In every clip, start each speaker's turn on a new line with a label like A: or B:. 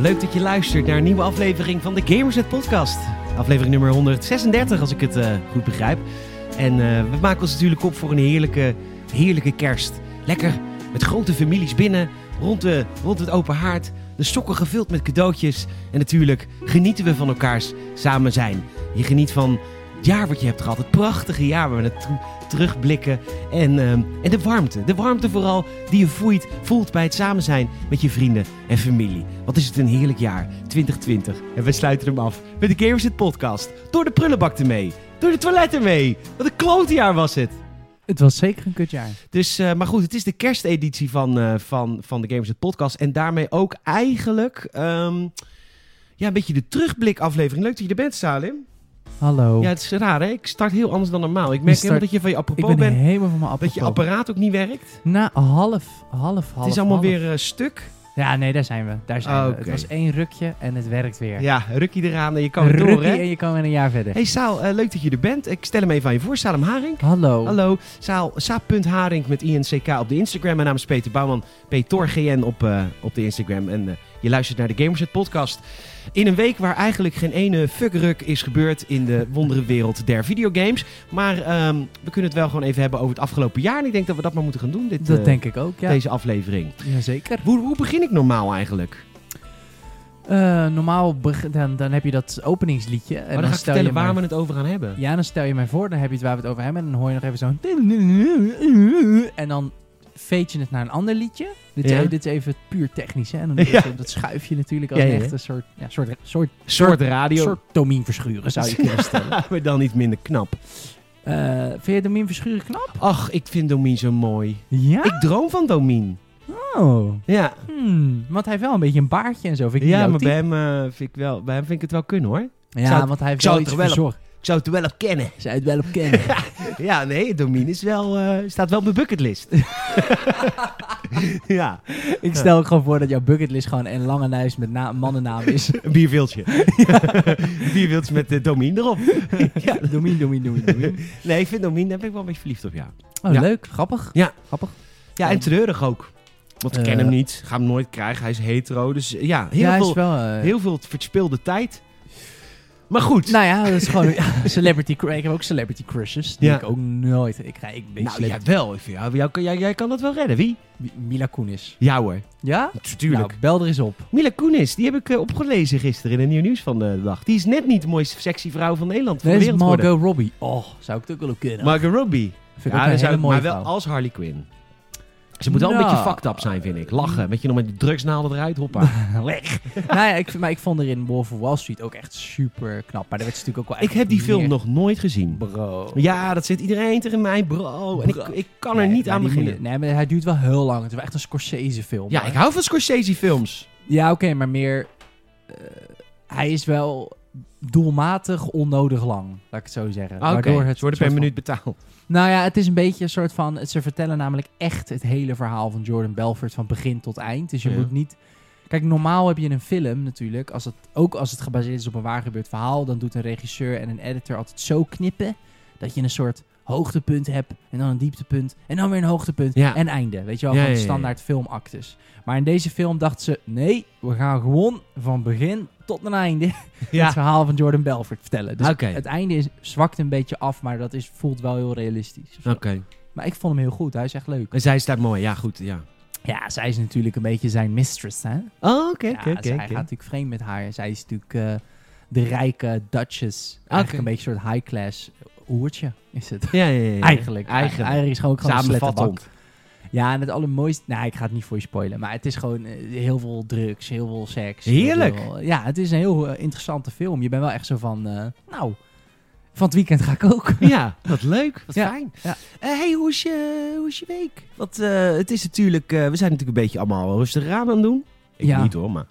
A: leuk dat je luistert naar een nieuwe aflevering van de Gamerset Podcast. Aflevering nummer 136, als ik het eh, goed begrijp. En eh, we maken ons natuurlijk op voor een heerlijke, heerlijke kerst. Lekker met grote families binnen, rond, de, rond het open haard. De sokken gevuld met cadeautjes. En natuurlijk genieten we van elkaars samen zijn. Je geniet van het jaar wat je hebt gehad. Het prachtige jaar waar we naar tr- terugblikken. En, ehm, en de warmte. De warmte vooral die je voelt, voelt bij het samen zijn met je vrienden en familie. Wat is het een heerlijk jaar, 2020. En we sluiten hem af met de Gamersit podcast. Door de prullenbak ermee. Door de toiletten mee. Wat een klote jaar was het.
B: Het was zeker een kutjaar.
A: Dus, eh, maar goed, het is de kersteditie van, eh, van, van de Gamers het Podcast. En daarmee ook eigenlijk ehm, ja, een beetje de terugblikaflevering. Leuk dat je er bent, Salim.
B: Hallo.
A: Ja, het is raar, hè? Ik start heel anders dan normaal. Ik merk
B: Oh. Je start-
A: helemaal dat je van je
B: ik
A: apropos
B: ben
A: bent.
B: helemaal van mijn appel.
A: Dat je apparaat ook niet werkt.
B: Na half, half, half.
A: het is allemaal
B: half.
A: weer eh, stuk.
B: Ja, nee, daar zijn we. Daar zijn we. Het
A: Oké.
B: was één rukje en het werkt weer.
A: Ja, rukkie eraan en je kan het
B: Een
A: door,
B: rukje
A: hè?
B: en je kan weer een jaar verder.
A: Hey Saal, eh, leuk dat je er bent. Ik stel hem even aan je voor, Salem Haring.
B: Hallo.
A: Hallo, Saal, Saap.haring met INCK op de Instagram. Mijn naam is Peter Bouwman, PetorGN op, eh, op de Instagram. En eh, je luistert naar de Gamerset podcast. In een week waar eigenlijk geen ene fuckruk is gebeurd in de wonderenwereld der videogames. Maar ehm, we kunnen het wel gewoon even hebben over het afgelopen jaar. En ik denk dat we dat maar moeten gaan doen, dit,
B: Dat
A: eh,
B: denk ik ook, ja.
A: deze aflevering.
B: Jazeker.
A: Hoe, hoe begin ik normaal eigenlijk?
B: Eh, normaal beg- dan, dan heb je dat openingsliedje. En
A: En Oh, dan ga ik
B: stel
A: vertellen
B: je mij-
A: waar we het over gaan hebben.
B: Ja, dan stel je mij voor, dan heb je het waar we het over hebben. En dan hoor je nog even zo'n... En dan veet je het naar een ander liedje. Dit, is,
A: Ja.
B: e- dit is even puur technisch, hè. En dan doe je
A: Ja.
B: zo- dat schuif je natuurlijk als
A: Ja, ja,
B: een
A: ja.
B: echte soort, ja, soort, soort
A: Soort radio.
B: Een soort Domien Verschuren zou je kunnen stellen.
A: maar dan niet minder knap.
B: Eh, vind je Domien Verschuren knap?
A: Ach, ik vind Domien zo mooi.
B: Ja.
A: Ik droom van Domien.
B: Oh.
A: Ja,
B: Hmm, want hij heeft wel een beetje een baardje en zo. Vind ik
A: ja
B: niet
A: maar
B: jouw
A: bij hem, eh, vind ik wel, bij hem vind ik het wel kunnen hoor.
B: type. Ja,
A: zou het-
B: want hij heeft
A: ik zou
B: wel
A: het
B: iets
A: er wel
B: verzorgd.
A: Ik zou het er wel op kennen.
B: Zou je het wel op kennen?
A: Ja, nee, Domien is wel, eh, staat wel op mijn bucketlist. ja,
B: ik stel ook gewoon voor dat jouw bucketlist gewoon een lange lijst met na- mannennaam is.
A: een bierviltje. Een bierviltje met eh, Domien erop.
B: ja, Domien, Domien, Domien, Domien.
A: Nee, ik vind Domien, daar ben ik wel een beetje verliefd op, ja.
B: Oh,
A: Ja.
B: leuk. Grappig.
A: Ja.
B: Grappig.
A: Ja, en treurig ook. Want ik ken
B: Eh.
A: hem niet, ga hem nooit krijgen, hij is hetero. Dus eh, ja, heel,
B: ja, hij
A: veel,
B: is wel... eh,
A: heel veel verspilde tijd. Maar goed.
B: Nou ja, dat is gewoon celebrity... cru- Ik heb ook celebrity crushes. Die
A: Ja.
B: ik ook nooit... Ik ga... Ik ben
A: Nou,
B: celeb-
A: jij wel. Ik vind, jou- jou kan- jij, jij kan dat wel redden. Wie?
B: Mi- Mila Kunis.
A: Jou hoor.
B: Ja?
A: Natuurlijk.
B: Nou, bel er eens op.
A: Mila Kunis, die heb ik eh, opgelezen gisteren in het Nieuw Nieuws van de dag. Die is net niet de mooiste sexy vrouw van Nederland. Van
B: Nee,
A: de
B: dat is
A: wereld geworden.
B: Margot Robbie. Oh, zou ik het ook wel kunnen.
A: Margot Robbie.
B: Vind ik
A: Ja,
B: ook een
A: dan zou
B: hele
A: ik-
B: mooie
A: maar wel
B: vrouw.
A: als Harley Quinn. Mm. Ze moet wel een
B: Nou.
A: beetje fucked up zijn, vind ik. Lachen. Weet je, nog met die drugsnaalden eruit, hoppa.
B: Leg. nou ja, ik, vind- maar ik vond er in Wolf of Wall Street ook echt super knap. Maar daar werd ze natuurlijk ook wel
A: ik heb die film nog nooit gezien.
B: Bro.
A: Ja, dat zit iedereen tegen mij, bro. En ik,
B: Bro.
A: ik kan er niet aan beginnen.
B: nee, maar hij duurt wel heel lang. Het is wel echt een Scorsese film.
A: Ja, ik hou van Scorsese-films.
B: Ja, oké, maar meer... eh, hij is wel doelmatig onnodig lang, laat ik het zo zeggen.
A: Ah, Oké,
B: Waardoor
A: ze worden per
B: soort van-
A: minuut betaald.
B: Nou ja, het is een beetje een soort van... Ze vertellen namelijk echt het hele verhaal van Jordan Belfort van begin tot eind. Dus je
A: Ja.
B: moet niet... Kijk, normaal heb je in een film natuurlijk, als het, ook als het gebaseerd is op een waar gebeurd verhaal... dan doet een regisseur en een editor altijd zo knippen... dat je een soort hoogtepunt hebt en dan een dieptepunt... en dan weer een hoogtepunt
A: Ja.
B: en einde. Weet je wel,
A: Ja,
B: van
A: ja, ja, ja.
B: standaard filmactes. Maar in deze film dachten ze... nee, we gaan gewoon van begin tot een einde het verhaal van Jordan Belfort vertellen. Dus
A: Oké.
B: het einde is, zwakt een beetje af, maar dat is, voelt wel heel realistisch. of zo.
A: Oké.
B: Maar ik vond hem heel goed. Hij is echt leuk.
A: En zij staat mooi. Ja, goed, ja.
B: Ja, zij is natuurlijk een beetje zijn mistress, hè?
A: Oh, oké,
B: ja,
A: oké,
B: zij
A: oké,
B: gaat
A: oké.
B: natuurlijk vreemd met haar. Zij is natuurlijk eh, de rijke Duchess.
A: Oké.
B: Eigenlijk een beetje een soort high-class hoertje is het.
A: Ja, ja, ja, ja.
B: Eigenlijk.
A: Eigenlijk.
B: Eigenlijk is gewoon ook gewoon een
A: Samenvattend.
B: slettenbak. Ja, en het allermooiste... Nou, ik ga het niet voor je spoilen. Maar het is gewoon eh, heel veel drugs, heel veel seks.
A: Heerlijk.
B: heel veel- ja, het is een heel eh, interessante film. Je bent wel echt zo van... eh, nou, van het weekend ga ik ook.
A: Ja, wat leuk. Wat
B: Ja,
A: fijn.
B: ja.
A: Eh, hey, hoe is je, hoe is je week? Want eh, het is natuurlijk, eh, we zijn natuurlijk een beetje allemaal wel rustig aan aan het doen. Ik
B: Ja.
A: niet hoor, maar.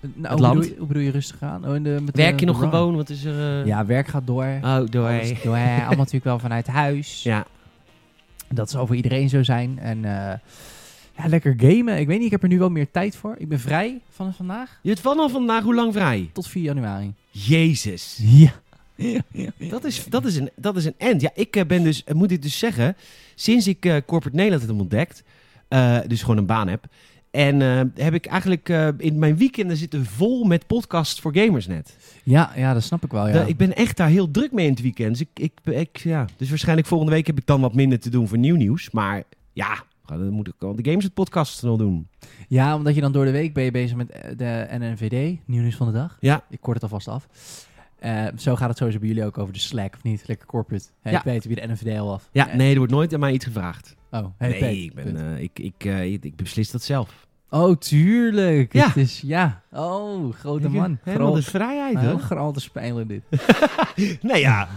B: Nou,
A: Het
B: hoe,
A: land.
B: bedoel je, hoe bedoel je rustig aan? Oh, in de, met de-
A: Werk je nog
B: de run.
A: gewoon? Wat is er? eh,
B: Ja, werk gaat door.
A: Oh, door.
B: Alles door. Allemaal natuurlijk wel vanuit huis.
A: Ja.
B: Dat zal voor iedereen zo zijn. En eh, ja, lekker gamen. Ik weet niet, ik heb er nu wel meer tijd voor. Ik ben vrij vanaf vandaag
A: Je hebt vanaf vandaag hoe lang vrij?
B: tot 4 januari.
A: Jezus.
B: Ja.
A: Dat is, dat is, een, dat is een end. Ja, ik eh, ben dus, eh, moet ik dus zeggen, sinds ik eh, Corporate Nederland heb ontdekt, eh, dus gewoon een baan heb, En eh, heb ik eigenlijk eh, in mijn weekenden zitten vol met podcasts voor gamers net.
B: Ja, ja, dat snap ik wel. Oh Ja.
A: Da- ik ben echt daar heel druk mee in het weekend. Dus, ik, ik, ik, ja. dus waarschijnlijk volgende week heb ik dan wat minder te doen voor nieuw nieuws. Maar ja, dan moet ik al de Games het podcast nog doen.
B: Ja, omdat je dan door de week ben je bezig met eh, de NNVD, Nieuw Nieuws van de Dag.
A: Ja.
B: Ik kort het alvast af. Eh, zo gaat het sowieso bij jullie ook over de Slack, of niet? Lekker corporate. Hey,
A: Ja.
B: ja. Peter, weer de NNVD al af.
A: Ja,
B: Eh,
A: nee, er wordt nooit aan mij iets gevraagd.
B: Oh, hey,
A: nee,
B: Peter,
A: ik, ben,
B: punt.
A: eh, ik, ik, eh, ik beslis dat zelf.
B: Oh, tuurlijk.
A: Ja.
B: Het is, ja. Oh, grote man. Ah,
A: Helemaal de
B: Groot-
A: vrijheid,
B: Heel
A: hoor.
B: grote spelen dit.
A: Nee, ja.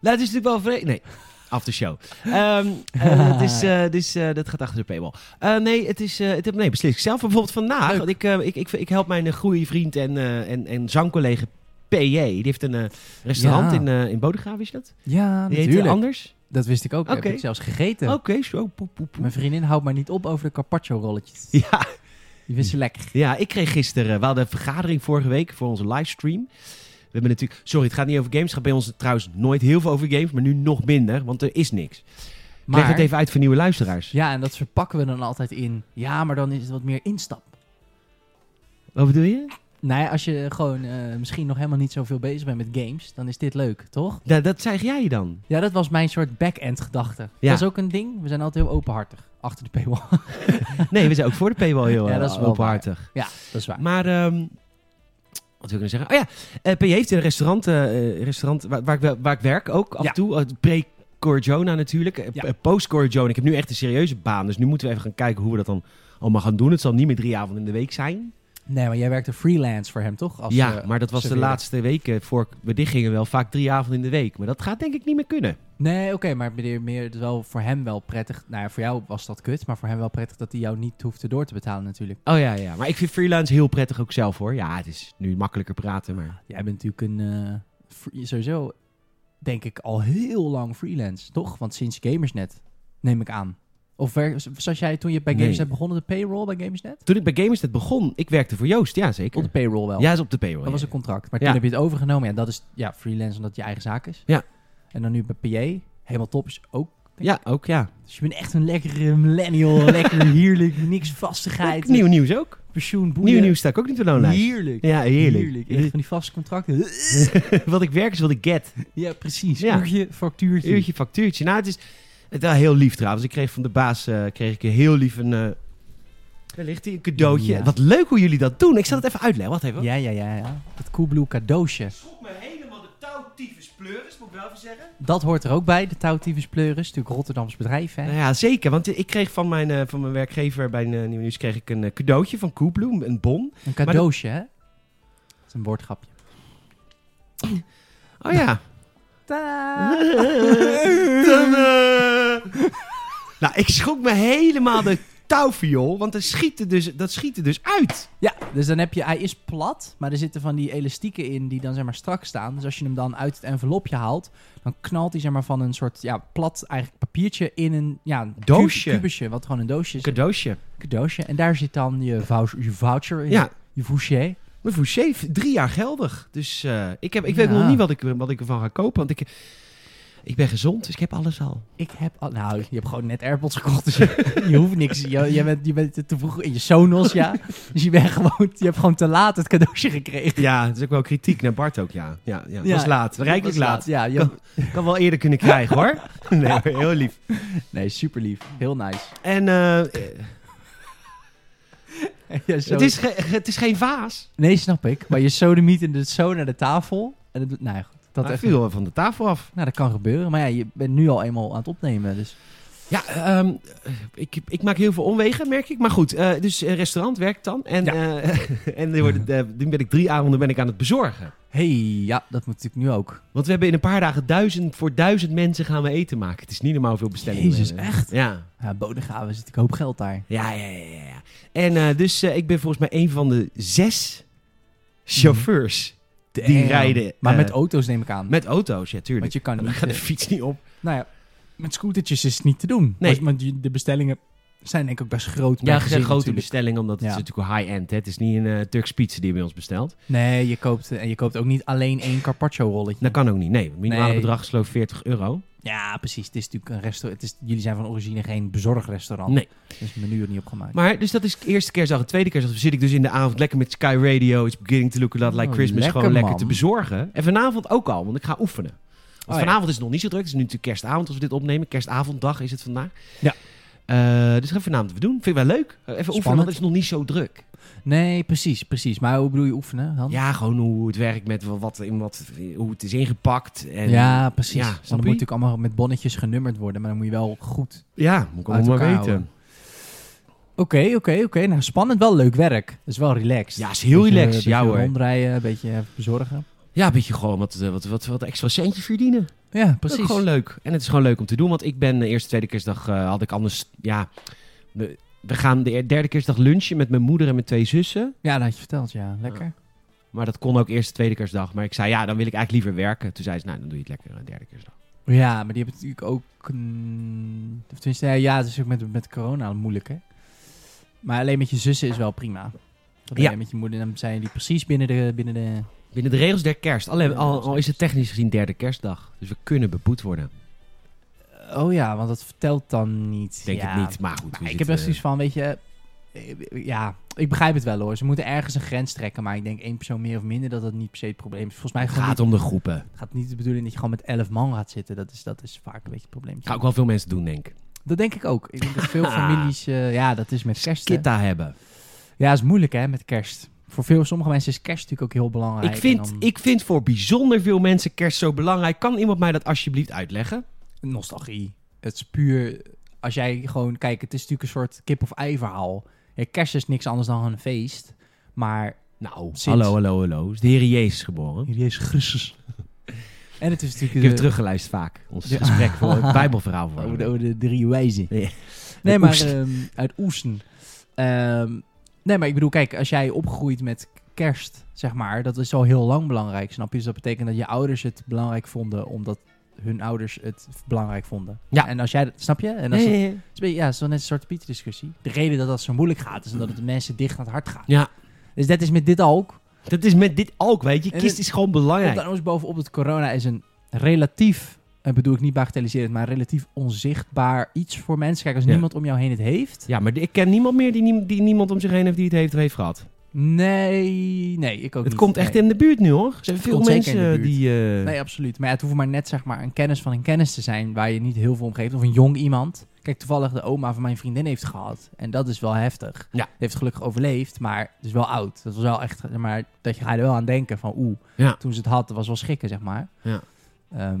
A: Nou, het is natuurlijk wel vreemd. Nee, af de show. Ehm, eh, het is, eh, het is, eh, dat gaat achter de paywall. Eh, nee, het is, eh, het, nee, beslis ik zelf. Bijvoorbeeld vandaag,
B: Leuk.
A: want ik, eh, ik, ik, ik help mijn eh, goede vriend en, eh, en, en zangcollega PJ. Die heeft een eh, restaurant
B: Ja.
A: in, eh in Bodegraaf, is dat?
B: Ja,
A: Die heet eh,
B: natuurlijk.
A: anders?
B: Dat wist ik ook.
A: Oké. Oh.
B: Heb ik zelfs gegeten.
A: Oké, zo. Poep, poep, poep.
B: Mijn vriendin houdt maar niet op over de carpaccio rolletjes.
A: Ja,
B: Die wist ze lekker.
A: ja, ik kreeg gisteren... eh, We hadden een vergadering vorige week voor onze livestream. We hebben natuurlijk... Sorry, het gaat niet over games. Het gaat bij ons trouwens nooit heel veel over games. Maar nu nog minder, want er is niks. Maar... Leg
B: Maar,
A: het even uit voor nieuwe luisteraars.
B: ja, en dat verpakken we dan altijd in. Ja, maar dan is het wat meer instap.
A: Wat bedoel je?
B: Nou ja, als je gewoon eh, misschien nog helemaal niet zoveel bezig bent met games, dan is dit leuk, toch?
A: Da- dat zeg jij dan.
B: Ja, dat was mijn soort back-end gedachte.
A: Ja.
B: Dat is ook een ding. We zijn altijd heel openhartig. Achter de paywall.
A: Nee, we zijn ook voor de paywall heel
B: Ja,
A: eh,
B: dat is wel
A: openhartig.
B: ja, dat is waar.
A: Maar, ehm, wat wil ik nou zeggen? Oh ja, eh, PJ heeft een restaurant, eh, eh, restaurant waar, waar, ik, wel- waar ik werk ook af
B: Ja.
A: en toe. Eh, Pre Corjona natuurlijk, Eh,
B: Ja.
A: eh, post Corjona. Ik heb nu echt een serieuze baan, dus nu moeten we even gaan kijken hoe we dat dan allemaal gaan doen. Het zal niet meer drie avonden in de week zijn.
B: Nee, maar jij werkte freelance voor hem, toch? Als,
A: ja,
B: eh,
A: maar dat was de
B: serveerder.
A: laatste weken voor we dicht gingen wel vaak drie avonden in de week. Maar dat gaat denk ik niet meer kunnen.
B: Nee, oké, maar meneer, meer, het is wel voor hem wel prettig. Nou ja, voor jou was dat kut, maar voor hem wel prettig dat hij jou niet hoefde door te betalen natuurlijk.
A: Oh ja, ja. Maar ik vind freelance heel prettig ook zelf hoor. Ja, het is nu makkelijker praten, maar...
B: Jij bent natuurlijk een, eh, free- sowieso denk ik al heel lang freelance, toch? Want sinds Gamersnet, neem ik aan. Of wer- zoals jij toen je bij
A: Nee.
B: Gamersnet begonnen, de payroll bij Gamersnet?
A: Toen ik bij Gamersnet begon, ik werkte voor Joost, ja
B: Op de
A: zeker.
B: payroll wel.
A: Ja, is op de payroll.
B: Dat was
A: ja.
B: een contract. Maar
A: Ja.
B: toen heb je het overgenomen. Ja, dat is ja, freelance omdat het je eigen zaak is.
A: Ja.
B: En dan nu bij PJ, helemaal top is ook.
A: ja, ook ja.
B: Dus je bent echt een lekkere millennial, lekker heerlijk, niks vastigheid.
A: Nieuw nieuws ook.
B: pensioen, boeien.
A: Nieuw nieuws sta ik ook niet op de loonlijst.
B: Heerlijk.
A: Ja, heerlijk. Dus
B: Echt van die vaste contracten.
A: Wat ik werk is wat ik get.
B: Ja, precies.
A: Ja.
B: Uurtje, factuurtje.
A: Uurtje, factuurtje. Nou, het is het wel heel lief trouwens. Ik kreeg van de baas eh, kreeg ik een heel lief een, eh daar ligt hij, een cadeautje.
B: Ja.
A: Wat leuk hoe jullie dat doen. Ik zal het even uitleggen. Wacht even.
B: Ja, ja, ja, ja. Dat Coolblue cadeautje.
A: Schop me helemaal de touwtiefes pleuris, moet ik wel even zeggen.
B: Dat hoort er ook bij, de Touwtiefes Pleuris. Natuurlijk Rotterdams bedrijf, hè?
A: Nou ja, zeker. Want ik kreeg van mijn, eh, van mijn werkgever bij eh, Nieuw Nieuws kreeg ik een eh, cadeautje van Koebloem, een bon.
B: Een cadeautje, hè? Dat is een woordgrapje.
A: Oh ja.
B: Ta
A: nou, ik schrok me helemaal de touwviool, want dat schiet er dus, dat schiet er dus uit.
B: Ja, dus dan heb je... Hij is plat, maar er zitten van die elastieken in die dan zeg maar strak staan. Dus als je hem dan uit het envelopje haalt, dan knalt hij zeg maar van een soort ja, plat eigenlijk papiertje in een ja, een ku-
A: Doosje.
B: kubusje, wat gewoon een doosje is.
A: cadeautje.
B: cadeautje. En daar zit dan je, voucher, je voucher in.
A: Ja,
B: Je voucher.
A: mijn Fouché, drie jaar geldig. Dus eh, ik, heb, ik weet
B: Ja.
A: nog niet wat ik, wat ik ervan ga kopen, want ik, ik ben gezond, dus ik heb alles al.
B: Ik heb al... Nou, je hebt gewoon net AirPods gekocht, dus je, je hoeft niks. Je, je, bent, je bent te vroeg in je Sonos, ja. Dus je, bent gewoon, je hebt gewoon te laat het cadeautje gekregen.
A: Ja, dat is ook wel kritiek naar Bart ook, ja. Ja, ja.
B: Ja,
A: was laat, rijkelijk
B: Was
A: laat.
B: Ja, je,
A: Kan wel eerder kunnen krijgen, hoor. Nee, heel lief.
B: nee, super lief. Heel nice.
A: En eh, eh,
B: Ja, zo-
A: het, is ge- het is geen vaas.
B: Nee, snap ik. Maar je sodemiet en het zo naar de tafel. En het, nou ja, goed. Dat
A: Dat
B: echt,
A: Ah, viel wel van de tafel af.
B: nou, dat kan gebeuren. Maar ja, je bent nu al eenmaal aan het opnemen. Dus
A: Ja, ehm, ik, ik maak heel veel omwegen, merk ik. Maar goed, eh, dus eh, restaurant werkt dan. En, eh, en er worden, eh, nu ben ik drie avonden ben ik aan het bezorgen.
B: hey, ja, dat moet natuurlijk nu ook.
A: Want we hebben in een paar dagen duizend, voor duizend mensen gaan we eten maken. Het is niet normaal hoeveel bestellingen. we
B: Jezus,
A: hebben.
B: echt?
A: Ja.
B: Ja, Bodegraven is natuurlijk een hoop geld daar.
A: Ja, ja, ja. ja, ja. En eh, dus eh, ik ben volgens mij een van de zes chauffeurs die
B: Damn.
A: rijden.
B: Maar
A: eh,
B: met auto's neem ik aan.
A: met auto's, ja, tuurlijk.
B: Want je kan
A: Dan
B: niet...
A: gaat de
B: eh,
A: fiets niet op.
B: nou ja, met scootertjes is het niet te doen.
A: Nee.
B: Want- Want die- de bestellingen zijn denk ik ook best groot. per
A: Ja,
B: gezin
A: geen grote
B: natuurlijk.
A: bestelling, omdat het
B: Ja.
A: is natuurlijk high-end hè. Het is niet een eh Turks pizza die je bij ons bestelt.
B: Nee, je koopt, eh, en je koopt ook niet alleen één carpaccio rolletje.
A: Dat kan ook niet, nee. Het minimale
B: Nee.
A: bedrag is geloof ik 40 euro.
B: Ja, precies. Het is natuurlijk een restaurant. Het is, jullie zijn van origine geen bezorgrestaurant.
A: Nee.
B: Dus het menu er niet op gemaakt.
A: Maar dus dat is de eerste kerstdag. De tweede kerstdag zit ik dus in de avond lekker met Sky Radio. It's beginning to look a lot like
B: Oh,
A: Christmas.
B: lekker,
A: gewoon lekker
B: man.
A: te bezorgen. En vanavond ook al, want ik ga oefenen. Want
B: Oh, ja.
A: vanavond is het nog niet zo druk. Het is nu natuurlijk kerstavond als we dit opnemen. Kerstavonddag is het vandaag.
B: Ja.
A: Eh, dus dat gaan we vanavond even doen. Vind ik wel leuk. Eh, Even oefenen,
B: Spannend.
A: want het is nog niet zo druk.
B: Nee, precies, precies. Maar hoe bedoel je oefenen, Han?
A: Ja, gewoon hoe het werkt met wel wat, in wat, hoe het is ingepakt. En,
B: Ja, precies.
A: Ja,
B: Want
A: snap
B: dan moet
A: je?
B: natuurlijk allemaal met bonnetjes genummerd worden, maar dan moet je wel goed.
A: ja, moet ik
B: Uit
A: allemaal maar
B: elkaar
A: weten.
B: houden. Oké, oké, oké. Nou, spannend, wel leuk werk. Dat is wel relaxed.
A: Ja, is heel
B: Beetje- eh,
A: relaxed.
B: beetje
A: Ja hoor.
B: rondrijden, een beetje eh, bezorgen.
A: Ja, een beetje gewoon wat, eh, wat, wat, wat extra centje verdienen.
B: Ja,
A: Dat
B: precies.
A: is gewoon leuk. En het is gewoon leuk om te doen. Want ik ben de eerste, tweede kerstdag eh, had ik anders... Ja, we, we gaan de e-, derde kerstdag lunchen met mijn moeder en mijn twee zussen.
B: Ja, dat had je verteld, ja. Lekker.
A: Maar dat kon ook eerste, tweede kerstdag. Maar ik zei, ja, dan wil ik eigenlijk liever werken. Toen zei ze, nou, dan doe je het lekker aan de derde kerstdag.
B: Ja, maar die hebben natuurlijk ook... mm, of tenminste, ja, ja, het is ook met, met corona moeilijk, hè? Maar alleen met je zussen is wel prima. Dat
A: Ja.
B: alleen met je moeder, dan zijn jullie precies binnen de... Binnen de
A: Binnen de regels der kerst. Alleen, al, al is het technisch gezien derde kerstdag. Dus we kunnen beboet worden.
B: oh ja, want dat vertelt dan niet.
A: Ik denk
B: ja.
A: het niet, maar goed. we
B: Maar ik
A: zitten-
B: heb best zoiets van, weet je... eh, Ja, ik begrijp het wel hoor. Ze moeten ergens een grens trekken. Maar ik denk één persoon meer of minder dat dat niet per se het probleem is. Volgens mij
A: Het
B: gewoon
A: gaat
B: niet-
A: om de groepen.
B: gaat niet de bedoeling dat je gewoon met elf man gaat zitten. Dat is, dat is vaak een beetje het probleem.
A: Ga ook wel Ah. veel mensen doen, denk ik.
B: Dat denk ik ook. Ik denk dat veel families... eh, ja, dat is met kerst. hè.
A: Kitta hebben.
B: Ja, is moeilijk hè, met kerst. Voor veel, sommige mensen is kerst natuurlijk ook heel belangrijk.
A: Ik vind,
B: En dan-
A: ik vind voor bijzonder veel mensen kerst zo belangrijk. Kan iemand mij dat alsjeblieft uitleggen?
B: Nostalgie. Het is puur... Als jij gewoon... Kijk, het is natuurlijk een soort kip-of-ei verhaal. Ja, kerst is niks anders dan een feest. Maar...
A: Nou,
B: Sinds-
A: hallo, hallo, hallo. Is de Heer Jezus geboren?
B: Jezus Christus. En het is natuurlijk...
A: Ik heb
B: de-
A: teruggeluisterd vaak. Ons
B: Ja.
A: gesprek voor het Bijbelverhaal. Voor
B: Oh, de, oh, de drie wijzen.
A: Ja.
B: Nee,
A: Uit
B: maar
A: Oesten.
B: ehm, uit Oesten. Ehm, nee, maar ik bedoel, kijk, als jij opgroeit met kerst, zeg maar, dat is al heel lang belangrijk, snap je? Dus dat betekent dat je ouders het belangrijk vonden, omdat hun ouders het belangrijk vonden.
A: Ja.
B: En als jij dat, snap je? En als
A: Nee, nee,
B: het-
A: nee.
B: het is een beetje- ja, het is wel net een soort Pieter discussie. De reden dat dat zo moeilijk gaat, is omdat het de mensen dicht aan het hart gaat.
A: Ja.
B: Dus dat is met dit ook.
A: Dat is met dit ook, weet je.
B: En
A: Kist
B: het-
A: is gewoon
B: Komt
A: belangrijk.
B: daar ons bovenop dat corona is een relatief, en bedoel ik niet bagatelliserend, maar relatief onzichtbaar iets voor mensen. Kijk, als
A: Ja.
B: niemand om jou heen het heeft,
A: Ja, maar ik ken niemand meer die, niem- die niemand om zich heen heeft die het heeft, heeft gehad.
B: Nee, nee, ik ook niet.
A: het komt echt
B: Nee.
A: in de buurt nu, hoor. Er zijn
B: Het
A: veel
B: komt zeker in de
A: mensen
B: buurt.
A: die... eh,
B: Nee, absoluut. Maar ja, het hoeft maar net zeg maar een kennis van een kennis te zijn waar je niet heel veel om geeft. Of een jong iemand. Kijk, toevallig de oma van mijn vriendin heeft gehad. En dat is wel heftig.
A: Ja.
B: Die heeft gelukkig overleefd, maar het is wel oud. Dat was wel echt, zeg maar dat je ga je er wel aan denken van oeh,
A: Ja.
B: toen ze het had, dat was wel schrikken, zeg maar.
A: Ja.
B: Ehm,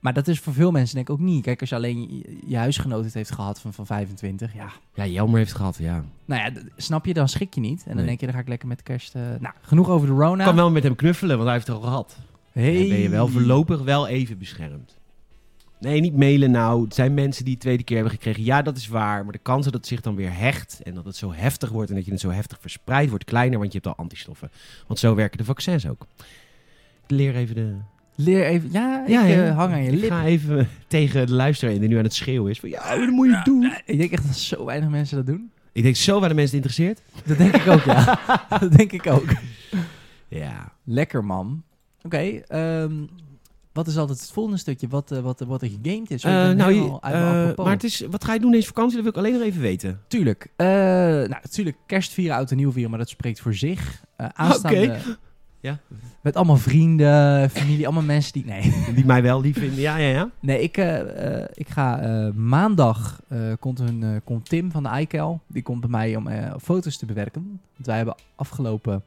B: maar dat is voor veel mensen denk ik ook niet. Kijk, als je alleen je, je huisgenoot het heeft gehad van, van 25, ja.
A: Ja, Jelmer heeft het gehad, ja.
B: Nou ja, d- snap je, dan schrik je niet. En dan
A: Nee.
B: denk je, dan ga ik lekker met kerst... eh, Nou, genoeg over de Rona.
A: Ik kan wel met hem knuffelen, want hij heeft het al gehad.
B: Hey.
A: Dan ben je wel voorlopig wel even beschermd. Nee, niet mailen nou. Het zijn mensen die het tweede keer hebben gekregen. Ja, dat is waar. Maar de kans dat het zich dan weer hecht en dat het zo heftig wordt en dat je het zo heftig verspreidt, wordt kleiner, want je hebt al antistoffen. Want zo werken de vaccins ook. Ik leer even de...
B: Leer even. Ja, ik eh, hang aan je
A: ik
B: lip.
A: ga even tegen de luisteraar in die nu aan het schreeuwen is. Van, ja, dat moet je doen.
B: Ik denk echt dat zo weinig mensen dat doen.
A: Ik denk zo waar de mensen het interesseert.
B: Dat denk ik ook, ja. dat denk ik ook.
A: Ja.
B: Lekker, man. Oké, ehm, wat is altijd het volgende stukje? Wat, eh, wat, wat er gegamed is?
A: Eh, nou, je- eh, maar
B: maar
A: het is, wat ga je doen deze vakantie? Dat wil ik alleen nog even weten.
B: tuurlijk. eh, nou, natuurlijk kerst vieren, oud en nieuw vieren, maar dat spreekt voor zich. Eh aanstaande...
A: Ja.
B: Met allemaal vrienden, familie, allemaal mensen die... Nee.
A: Die mij wel lief vinden. Ja, ja, ja.
B: Nee, ik, eh, eh, ik ga eh, maandag eh, komt, hun, eh, komt Tim van de iCal. Die komt bij mij om eh, foto's te bewerken. Want wij hebben afgelopen.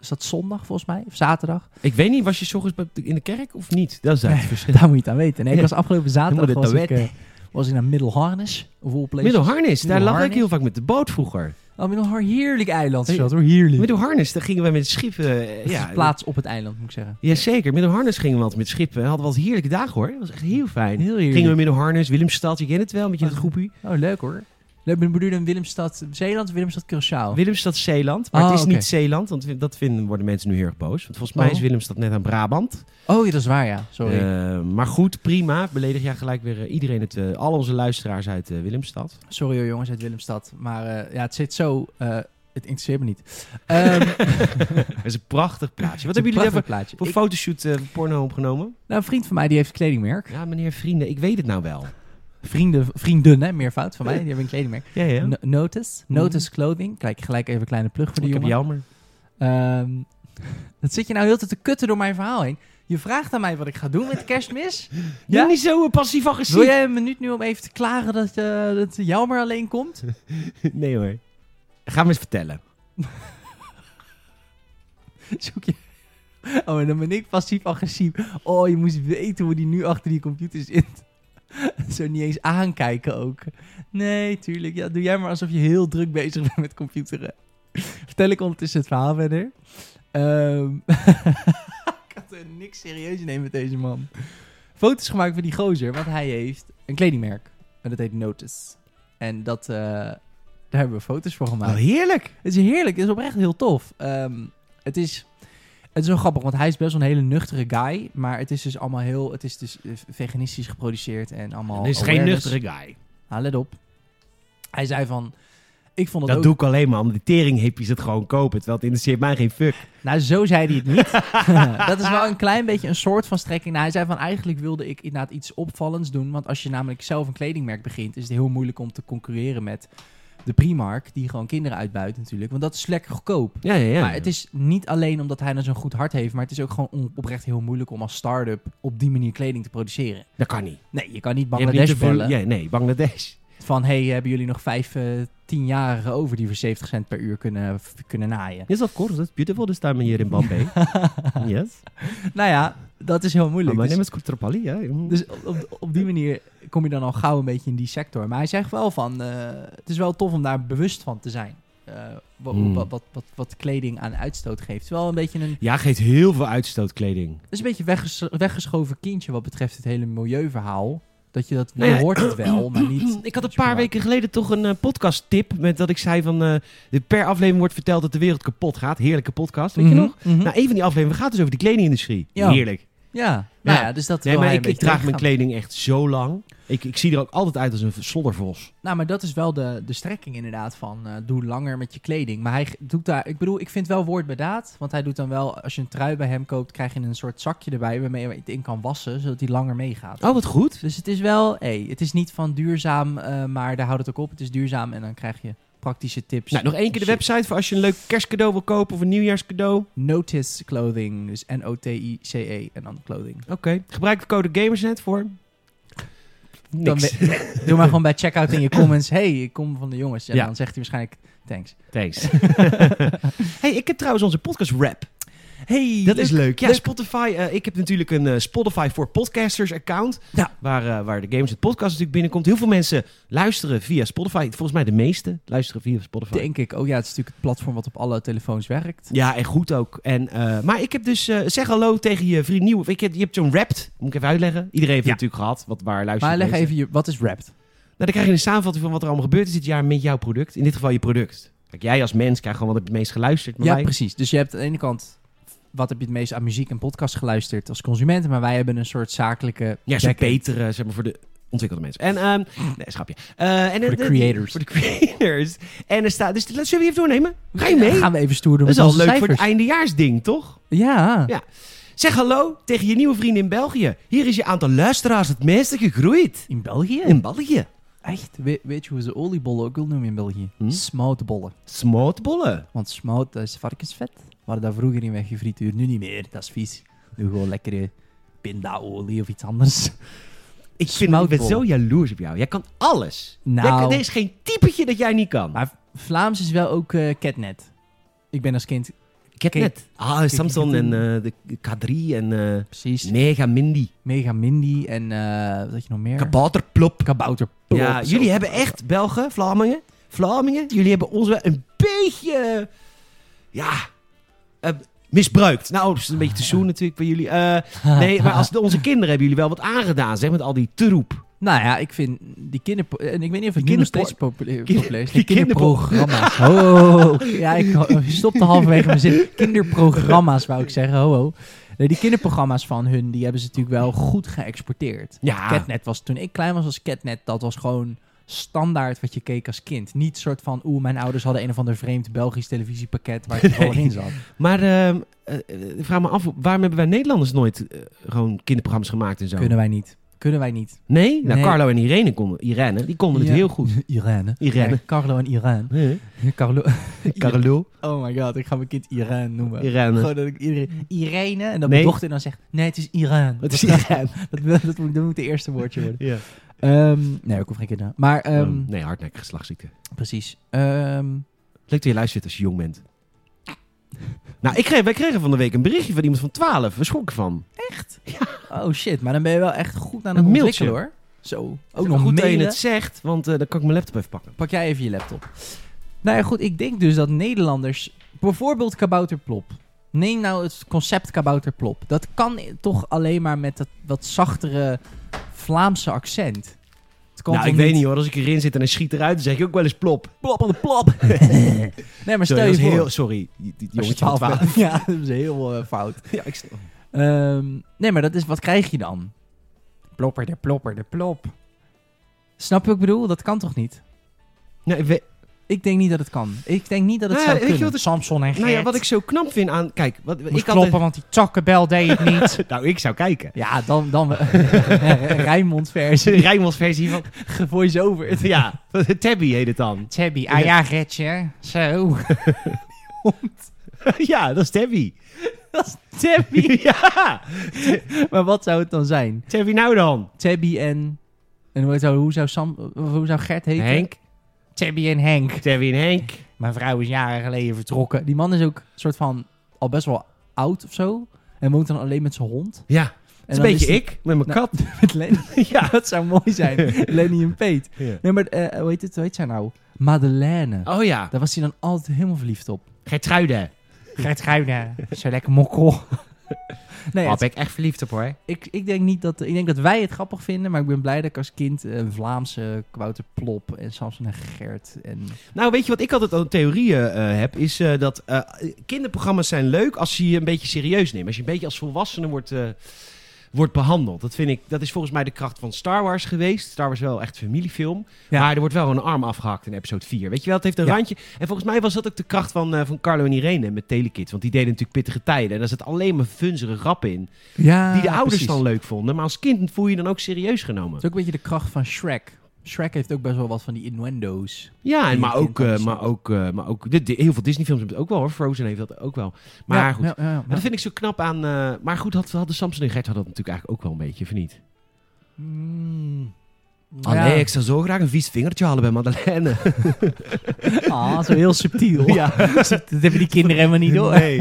B: Is dat zondag volgens mij? Of zaterdag?
A: Ik weet niet, was je 's ochtends bij- in de kerk of niet? Dat is eigenlijk het verschil.
B: Daar moet je het aan weten. Nee, ik was afgelopen
A: Helemaal
B: zaterdag
A: dit
B: was
A: te
B: ik, eh, was ik naar Middelharnis. Of all places.
A: Middelharnis, daar lag ik
B: Middelharnis.
A: heel vaak met de boot vroeger.
B: Oh, Middelharnis. Heerlijk eiland. is
A: Hey,
B: dat hoor. Heerlijk.
A: Middelharnis, daar gingen we met schip... eh,
B: Het is
A: ja,
B: een plaats op het eiland, moet ik zeggen.
A: Jazeker, Middelharnis gingen we altijd met schip. We hadden wel eens heerlijke dagen hoor. Dat was echt heel fijn.
B: Heel heerlijk.
A: Gingen we Middelharnis, Willemstad, je kent het wel met je dat
B: Ah.
A: groepie.
B: Oh, leuk hoor. Leuk, ben bedoeld in Willemstad, Zeeland, Willemstad, Curaçao.
A: Willemstad Zeeland, maar
B: Ah,
A: het is
B: Oh. oké.
A: niet Zeeland, want we- dat vinden, worden mensen nu heel erg boos. Want volgens mij
B: Oh.
A: is Willemstad net aan Brabant.
B: oh, ja, dat is waar, ja. Sorry.
A: Eh, maar goed, prima. Beledig jij gelijk weer eh, iedereen, het, eh, al onze luisteraars uit eh, Willemstad.
B: Sorry hoor jongens uit Willemstad. Maar eh, ja, het zit zo. eh, Het interesseert me niet. Ehm,
A: Dat is een prachtig plaatje. Wat hebben
B: het is een
A: jullie daarvoor
B: prachtig plaatje.
A: voor
B: Ik-
A: fotoshoot eh, porno opgenomen?
B: nou, een vriend van mij die heeft een kledingmerk.
A: Ja, meneer vrienden, ik weet het nou wel.
B: Vrienden, vrienden, hè, meervoud van mij. Die hebben een kledingmerk.
A: Ja, ja.
B: No- Notice. Notice Clothing. Kijk, gelijk even een kleine plug voor die
A: Oh, ik heb
B: jongen.
A: jammer.
B: Ehm, dat zit je nou heel de tijd te kutten door mijn verhaal heen. Je vraagt aan mij wat ik ga doen met kerstmis.
A: Ja?
B: Ja?
A: Niet zo eh, passief-agressief.
B: Wil jij een minuut nu om even te klagen dat, eh dat Jelmer alleen komt?
A: Nee hoor. Ga me eens vertellen.
B: Zoek je... Oh, en dan ben ik passief-agressief. Oh, je moest weten hoe die nu achter die computer zit. Zo niet eens aankijken ook. Nee, tuurlijk. Ja, doe jij maar alsof je heel druk bezig bent met computeren. Vertel ik ondertussen het verhaal verder. Ehm, ik had er niks serieus nemen met deze man. Foto's gemaakt van die gozer, want hij heeft een kledingmerk. En dat heet Notice. En dat, eh, daar hebben we foto's voor gemaakt.
A: Oh, heerlijk.
B: Het is heerlijk. Het is oprecht heel tof. Ehm, het is... Het is wel grappig, want hij is best wel een hele nuchtere guy. Maar het is dus allemaal heel... Het is dus eh, veganistisch geproduceerd en allemaal...
A: Dit is geen
B: awareness.
A: nuchtere guy.
B: Ah, let op. Hij zei van... Ik vond het
A: Dat
B: ook...
A: doe ik alleen maar om de teringhippies het gewoon kopen. Terwijl het interesseert mij geen fuck.
B: Nou, zo zei hij het niet. dat is wel een klein beetje een soort van strekking. Nou, hij zei van eigenlijk wilde ik inderdaad iets opvallends doen. Want als je namelijk zelf een kledingmerk begint, is het heel moeilijk om te concurreren met de Primark. Die gewoon kinderen uitbuit natuurlijk. Want dat is lekker goedkoop.
A: Ja, ja, ja.
B: Maar het is niet alleen omdat hij dan zo'n goed hart heeft, maar het is ook gewoon on- oprecht heel moeilijk om als start-up op die manier kleding te produceren.
A: Dat kan niet.
B: Nee, je kan niet
A: Je hebt niet
B: Bangladesh
A: te veel-
B: bellen
A: Ja, nee, Bangladesh.
B: van hey, hebben jullie nog vijf eh, tienjarigen over die voor 70 cent per uur kunnen, f- kunnen naaien?
A: Yes, of course. It's beautiful this time hier in Bombay. yes. Oh,
B: Nou ja, dat is heel moeilijk.
A: mijn
B: Dus-
A: naam is Kurtrapalli. Ja.
B: Dus op, op, op die manier kom je dan al gauw een beetje in die sector. Maar hij zegt wel van, eh, het is wel tof om daar bewust van te zijn. Eh, wa-
A: Hmm.
B: wat, wat, wat, wat kleding aan uitstoot geeft. Het is wel een beetje een,
A: ja, geeft heel veel uitstootkleding.
B: het is een beetje wegges- weggeschoven kindje wat betreft het hele milieuverhaal. Dat je dat,
A: Nou ja,
B: je hoort het wel, maar niet...
A: Ik had een paar weken geleden toch een podcast podcasttip. Met dat ik zei van. eh, per aflevering wordt verteld dat de wereld kapot gaat. Heerlijke podcast, weet je nog?
B: Mhm.
A: Nou, een van die afleveringen gaat dus over de kledingindustrie.
B: Ja.
A: Heerlijk.
B: ja, nou
A: Ja.
B: ja. dus dat
A: Nee,
B: wil
A: maar
B: hij
A: ik,
B: een
A: ik
B: beetje
A: draag mijn
B: teruggaan.
A: kleding echt zo lang. Ik, ik zie er ook altijd uit als een sloddervos.
B: Nou, maar dat is wel de, de strekking inderdaad van eh, doe langer met je kleding. Maar hij g- doet daar, ik bedoel, ik vind wel woord bij daad. Want hij doet dan wel, als je een trui bij hem koopt, krijg je een soort zakje erbij waarmee je het in kan wassen, zodat die langer meegaat.
A: Oh, wat goed.
B: Dus het is wel, hey, het is niet van duurzaam, eh, maar daar houdt het ook op. Het is duurzaam en dan krijg je praktische tips.
A: Nou, nog één keer de
B: Shit.
A: website voor als je een leuk kerstcadeau wil kopen of een nieuwjaarscadeau.
B: Notice Clothing, dus N-O-T-I-C-E E en dan Clothing.
A: Oké. Gebruik de code GamersNet voor.
B: Dan
A: Niks.
B: we- doe maar gewoon bij checkout in je comments. hey, ik kom van de jongens. En
A: Ja.
B: dan zegt hij waarschijnlijk thanks.
A: Thanks. hey, ik heb trouwens onze podcast rap.
B: Hey,
A: Dat is leuk. Ja,
B: leuk.
A: Spotify. eh, ik heb natuurlijk een eh, Spotify voor podcasters account.
B: Ja.
A: Waar, eh, waar de Games het podcast natuurlijk binnenkomt. Heel veel mensen luisteren via Spotify. Volgens mij de meeste luisteren via Spotify.
B: Denk ik. Oh ja, het is natuurlijk het platform wat op alle telefoons werkt.
A: Ja, en goed ook. En, eh, maar ik heb dus... eh, zeg hallo tegen je vriend nieuw. Ik heb, je hebt zo'n rapt. Moet ik even uitleggen. Iedereen heeft
B: Ja.
A: het natuurlijk gehad. Wat, waar luisteren
B: Maar leg
A: mensen.
B: even, je, wat is Wrapped?
A: Nou, dan krijg je een samenvatting van wat er allemaal gebeurd is dit jaar met jouw product. In dit geval je product. Kijk, jij als mens krijgt gewoon wat heb je het meest geluisterd. Maar
B: Ja,
A: wij-
B: precies. Dus je hebt aan de ene kant, wat heb je het meest aan muziek en podcast geluisterd als consument? Maar wij hebben een soort zakelijke...
A: Ja, ze
B: back-end.
A: beteren, zeg maar, voor de ontwikkelde mensen. En, ehm nee, schapje. Eh, en,
B: Voor de creators.
A: Voor de creators. En er staat, dus laten- zullen we even doornemen? Ga je mee?
B: Dan gaan we even stoer doen
A: dat is
B: met
A: al
B: onze
A: leuk voor
B: cijfers.
A: het eindejaarsding, toch?
B: Ja.
A: Ja. Zeg hallo tegen je nieuwe vrienden in België. Hier is je aantal luisteraars het meeste gegroeid.
B: In België?
A: In België.
B: Echt? We- weet je hoe ze oliebollen ook wil noemen in België?
A: Hm?
B: Smoutbollen.
A: Smootbollen.
B: Want smout, dat is varkensvet. Waar daar vroeger in werd gefrituurd. Nu niet meer. Dat is vies. Nu gewoon lekkere pindaolie of iets anders.
A: Ik, vind, ik ben
B: Smoutbollen.
A: zo jaloers op jou. Jij kan alles.
B: Nou.
A: Jij kan- er is geen typetje dat jij niet kan.
B: Maar Vlaams is wel ook eh, catnet. Ik ben als kind...
A: Catnet. Ah, Samson
B: Kijk,
A: en
B: ik-
A: eh, de K3 en eh
B: Precies.
A: Mega Mindy.
B: Mega Mindy en eh, wat had je nog meer?
A: Kabouterplop.
B: Kabouter.
A: Ja,
B: Zo.
A: jullie hebben echt, Belgen, Vlamingen, Vlamingen, jullie hebben ons wel een beetje, eh, ja, eh, misbruikt. Nou, dat is een beetje te zoen natuurlijk bij jullie. Eh, nee, maar als de- onze kinderen hebben jullie wel wat aangedaan, zeg, met al die troep.
B: Nou ja, ik vind die kinder... En ik weet niet of het
A: Die
B: nu nog
A: kinderpo-
B: steeds populair
A: Kin-
B: populair is.
A: die
B: Die kinderprogramma's. Ho, ho, ho. Ja, ik ho- stopte halverwege mijn zin. Kinderprogramma's, wou ik zeggen. Ho, ho. Nee, die kinderprogramma's van hun, die hebben ze natuurlijk wel goed geëxporteerd.
A: Ja,
B: Catnet was toen ik klein was, was Catnet, dat was gewoon standaard wat je keek als kind. Niet soort van, oeh, mijn ouders hadden een of ander vreemd Belgisch televisiepakket waar het
A: Nee.
B: al in zat.
A: Maar ehm, eh, eh, ik vraag me af, waarom hebben wij Nederlanders nooit eh, gewoon kinderprogramma's gemaakt en zo?
B: Kunnen wij niet. Kunnen wij niet.
A: Nee? Nou,
B: Nee.
A: Carlo en Irene konden, Irene, die konden
B: Ja.
A: het heel goed.
B: Irene.
A: Irene.
B: Ja, Carlo en Irene.
A: Huh?
B: Carlo.
A: Carlo,
B: Oh my god, ik ga mijn kind Irene noemen.
A: Irene.
B: Gewoon dat ik iedereen, Irene en dan
A: Nee.
B: mijn dochter dan zegt, nee, het is Irene.
A: Het is Irene.
B: Dat, wil- dat, moet, dat moet het eerste woordje worden.
A: Ja.
B: Ehm, nee, ik hoef geen kind aan. Maar, ehm,
A: Ehm, nee, hardnekkige geslachtsziekte.
B: precies. Ehm,
A: Leuk dat je luistert als je jong bent. Nou, ik kreeg, wij kregen van de week een berichtje van iemand van 12. We schrokken van.
B: oh shit, maar dan ben je wel echt goed aan
A: Een
B: het
A: mailtje.
B: ontwikkelen hoor. Zo, ook
A: Goed
B: nog
A: dat je
B: mailen.
A: het zegt, want eh, dan kan ik mijn laptop even pakken.
B: Pak jij even je laptop. Nou ja, goed, ik denk dus dat Nederlanders... Bijvoorbeeld kabouterplop. Neem nou het concept kabouterplop. Dat kan toch alleen maar met dat wat zachtere Vlaamse accent. Het kan
A: nou,
B: toch
A: ik weet niet hoor. Als ik erin zit en hij schiet eruit, dan zeg je ook wel eens plop.
B: Plop aan de plop. nee, maar stel
A: sorry,
B: je
A: dat is
B: voor...
A: heel, sorry, die, die
B: Als je
A: jongetje van
B: 12
A: 12.
B: bent. Ja, dat is heel eh, fout.
A: Ja, ik snap.
B: Ehm, nee, maar dat is... Wat krijg je dan? Plopper de plopper de plop. Snap je wat ik bedoel? Dat kan toch niet?
A: Nou, ik weet-
B: Ik denk niet dat het kan. Ik denk niet dat het
A: Nou ja,
B: zou
A: weet je
B: kunnen.
A: wat ik-
B: Samson en Gert.
A: nou ja, wat ik zo knap vind aan... Kijk, wat, ik
B: Moest
A: had...
B: kloppen, want die takkenbel deed het niet.
A: Nou, ik zou kijken.
B: ja, dan... dan we- Rijnmond versie.
A: Rijmels versie van...
B: Gevoice-over.
A: Ja, Tabby heet het dan.
B: Tabby. Ah ja, Gertje. Zo.
A: ja, dat is Tabby.
B: dat is Tabby.
A: ja,
B: maar wat zou het dan zijn?
A: Tabby nou dan.
B: Tabby en... En hoe zou, hoe zou, Sam, hoe zou Gert heten?
A: Henk.
B: Tabby en Henk.
A: Tabby en Henk.
B: Mijn vrouw is jaren geleden vertrokken. Die man is ook soort van al best wel oud of zo. En woont dan alleen met zijn hond.
A: Ja, het
B: En
A: is een
B: dan
A: beetje
B: is die-
A: ik met mijn
B: Nou,
A: kat.
B: Met Lenny.
A: ja.
B: Dat zou mooi zijn. Lenny en Peet. Nee, maar eh, hoe, heet het, hoe heet zij nou? Madeleine.
A: Oh ja,
B: Daar was hij dan altijd helemaal verliefd op.
A: Gertruiden.
B: Gert Schuine. Zo lekker mokkel. nee,
A: Daar
B: het-
A: ben ik echt verliefd op hoor.
B: ik, ik denk niet dat... Ik denk dat wij het grappig vinden. Maar ik ben blij dat ik als kind een Vlaamse Wouter Plop en Samson en Gert en...
A: Nou, weet je wat ik altijd aan theorieën eh, heb? Is eh, dat eh, kinderprogramma's zijn leuk als je je een beetje serieus neemt. Als je een beetje als volwassene wordt, eh, wordt behandeld. Dat, vind ik, dat is volgens mij de kracht van Star Wars geweest. Star Wars is wel echt een familiefilm.
B: Ja.
A: Maar er wordt wel een arm afgehakt in episode 4. Weet je wel, het heeft een
B: Ja.
A: randje. En volgens mij was dat ook de kracht van, eh, van Carlo en Irene met Telekids. Want die deden natuurlijk pittige tijden. En daar zat alleen maar funzere grappen in.
B: Ja,
A: Die de ouders
B: precies.
A: dan leuk vonden. Maar als kind voel je je dan ook serieus genomen.
B: Het is ook een beetje de kracht van Shrek. Shrek heeft ook best wel wat van die innuendo's.
A: Ja, en
B: Die
A: maar,
B: een kind
A: ook, eh,
B: anders
A: maar
B: snapt.
A: ook, eh, maar ook de, de- heel veel Disney-films hebben het ook wel hoor. Frozen heeft dat ook wel. Maar
B: Ja,
A: goed,
B: ja, ja, ja.
A: Maar dat vind ik zo knap aan. eh, maar goed, had, hadden Samson en Gert hadden dat natuurlijk eigenlijk ook wel een beetje, of niet?
B: Mm.
A: Ah nee, ik zou zo graag een vies vingertje halen bij Madeleine.
B: Ah, zo heel subtiel.
A: Ja.
B: Dat hebben die kinderen helemaal niet door.
A: Nee.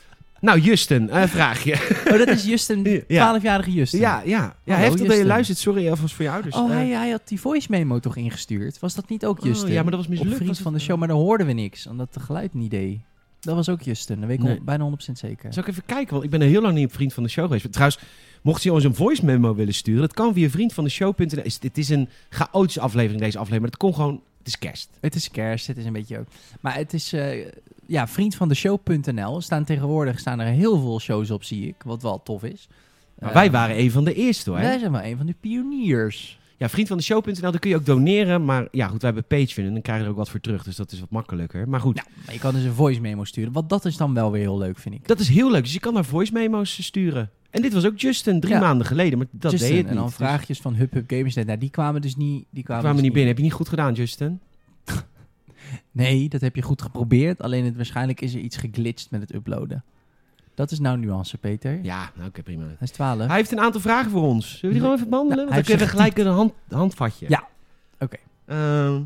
A: nou, Justin, eh vraag je.
B: Oh, dat is Justin,
A: Ja.
B: 12-jarige Justin.
A: ja, ja. ja
B: Hallo,
A: heftig dat je
B: Justin.
A: luistert. Sorry alvast voor je ouders.
B: Oh,
A: Eh,
B: hij, hij had die voice memo toch ingestuurd? Was dat niet ook
A: oh,
B: Justin?
A: ja, maar dat was mislukt.
B: Op
A: was
B: Vriend
A: het?
B: van de Show, maar daar hoorden we niks. Omdat het geluid niet deed. Dat was ook Justin, dat weet ik
A: Nee.
B: al bijna 100% zeker.
A: Zal ik even kijken, want ik ben er heel lang niet op Vriend van de Show geweest. Trouwens, mocht je ons een voice memo willen sturen, dat kan via vriendvandeshow.nl. Is- Het is een chaotische aflevering, deze aflevering, maar het kon gewoon... Het is kerst.
B: Het is kerst, het is een beetje ook. Maar het is, eh ja, vriendvandeshow.nl. Staan tegenwoordig staan er heel veel shows op, zie ik. Wat wel tof is.
A: Maar
B: Eh,
A: wij waren een van de eerste hoor.
B: Wij zijn wel een van de pioniers.
A: Ja, vriend van de show.nl, daar kun je ook doneren. Maar ja, goed, wij hebben Patreon en dan krijg je er ook wat voor terug. Dus dat is wat makkelijker. Maar goed,
B: Maar je kan dus een voice memo sturen. Want dat is dan wel weer heel leuk, vind ik.
A: dat is heel leuk. Dus je kan daar voice memo's eh, sturen. En dit was ook Justin drie
B: Ja.
A: maanden geleden, maar dat
B: Justin,
A: deed het niet.
B: en dan
A: Dus
B: vraagjes van Hup Hup Gamersnet. Nou, die kwamen dus niet, die
A: die
B: kwamen
A: kwamen
B: dus
A: niet binnen. Heb je niet goed gedaan, Justin?
B: Nee, dat heb je goed geprobeerd. Alleen het, waarschijnlijk is er iets geglitcht met het uploaden. Dat is nou nuance, Peter.
A: Ja, nou oké, prima.
B: Hij is 12.
A: Hij heeft een aantal vragen voor ons. Zullen we die gewoon even behandelen?
B: Nou,
A: Want dan
B: hij
A: kunnen we
B: heeft
A: gelijk een hand, handvatje.
B: Ja, oké.
A: Ehm,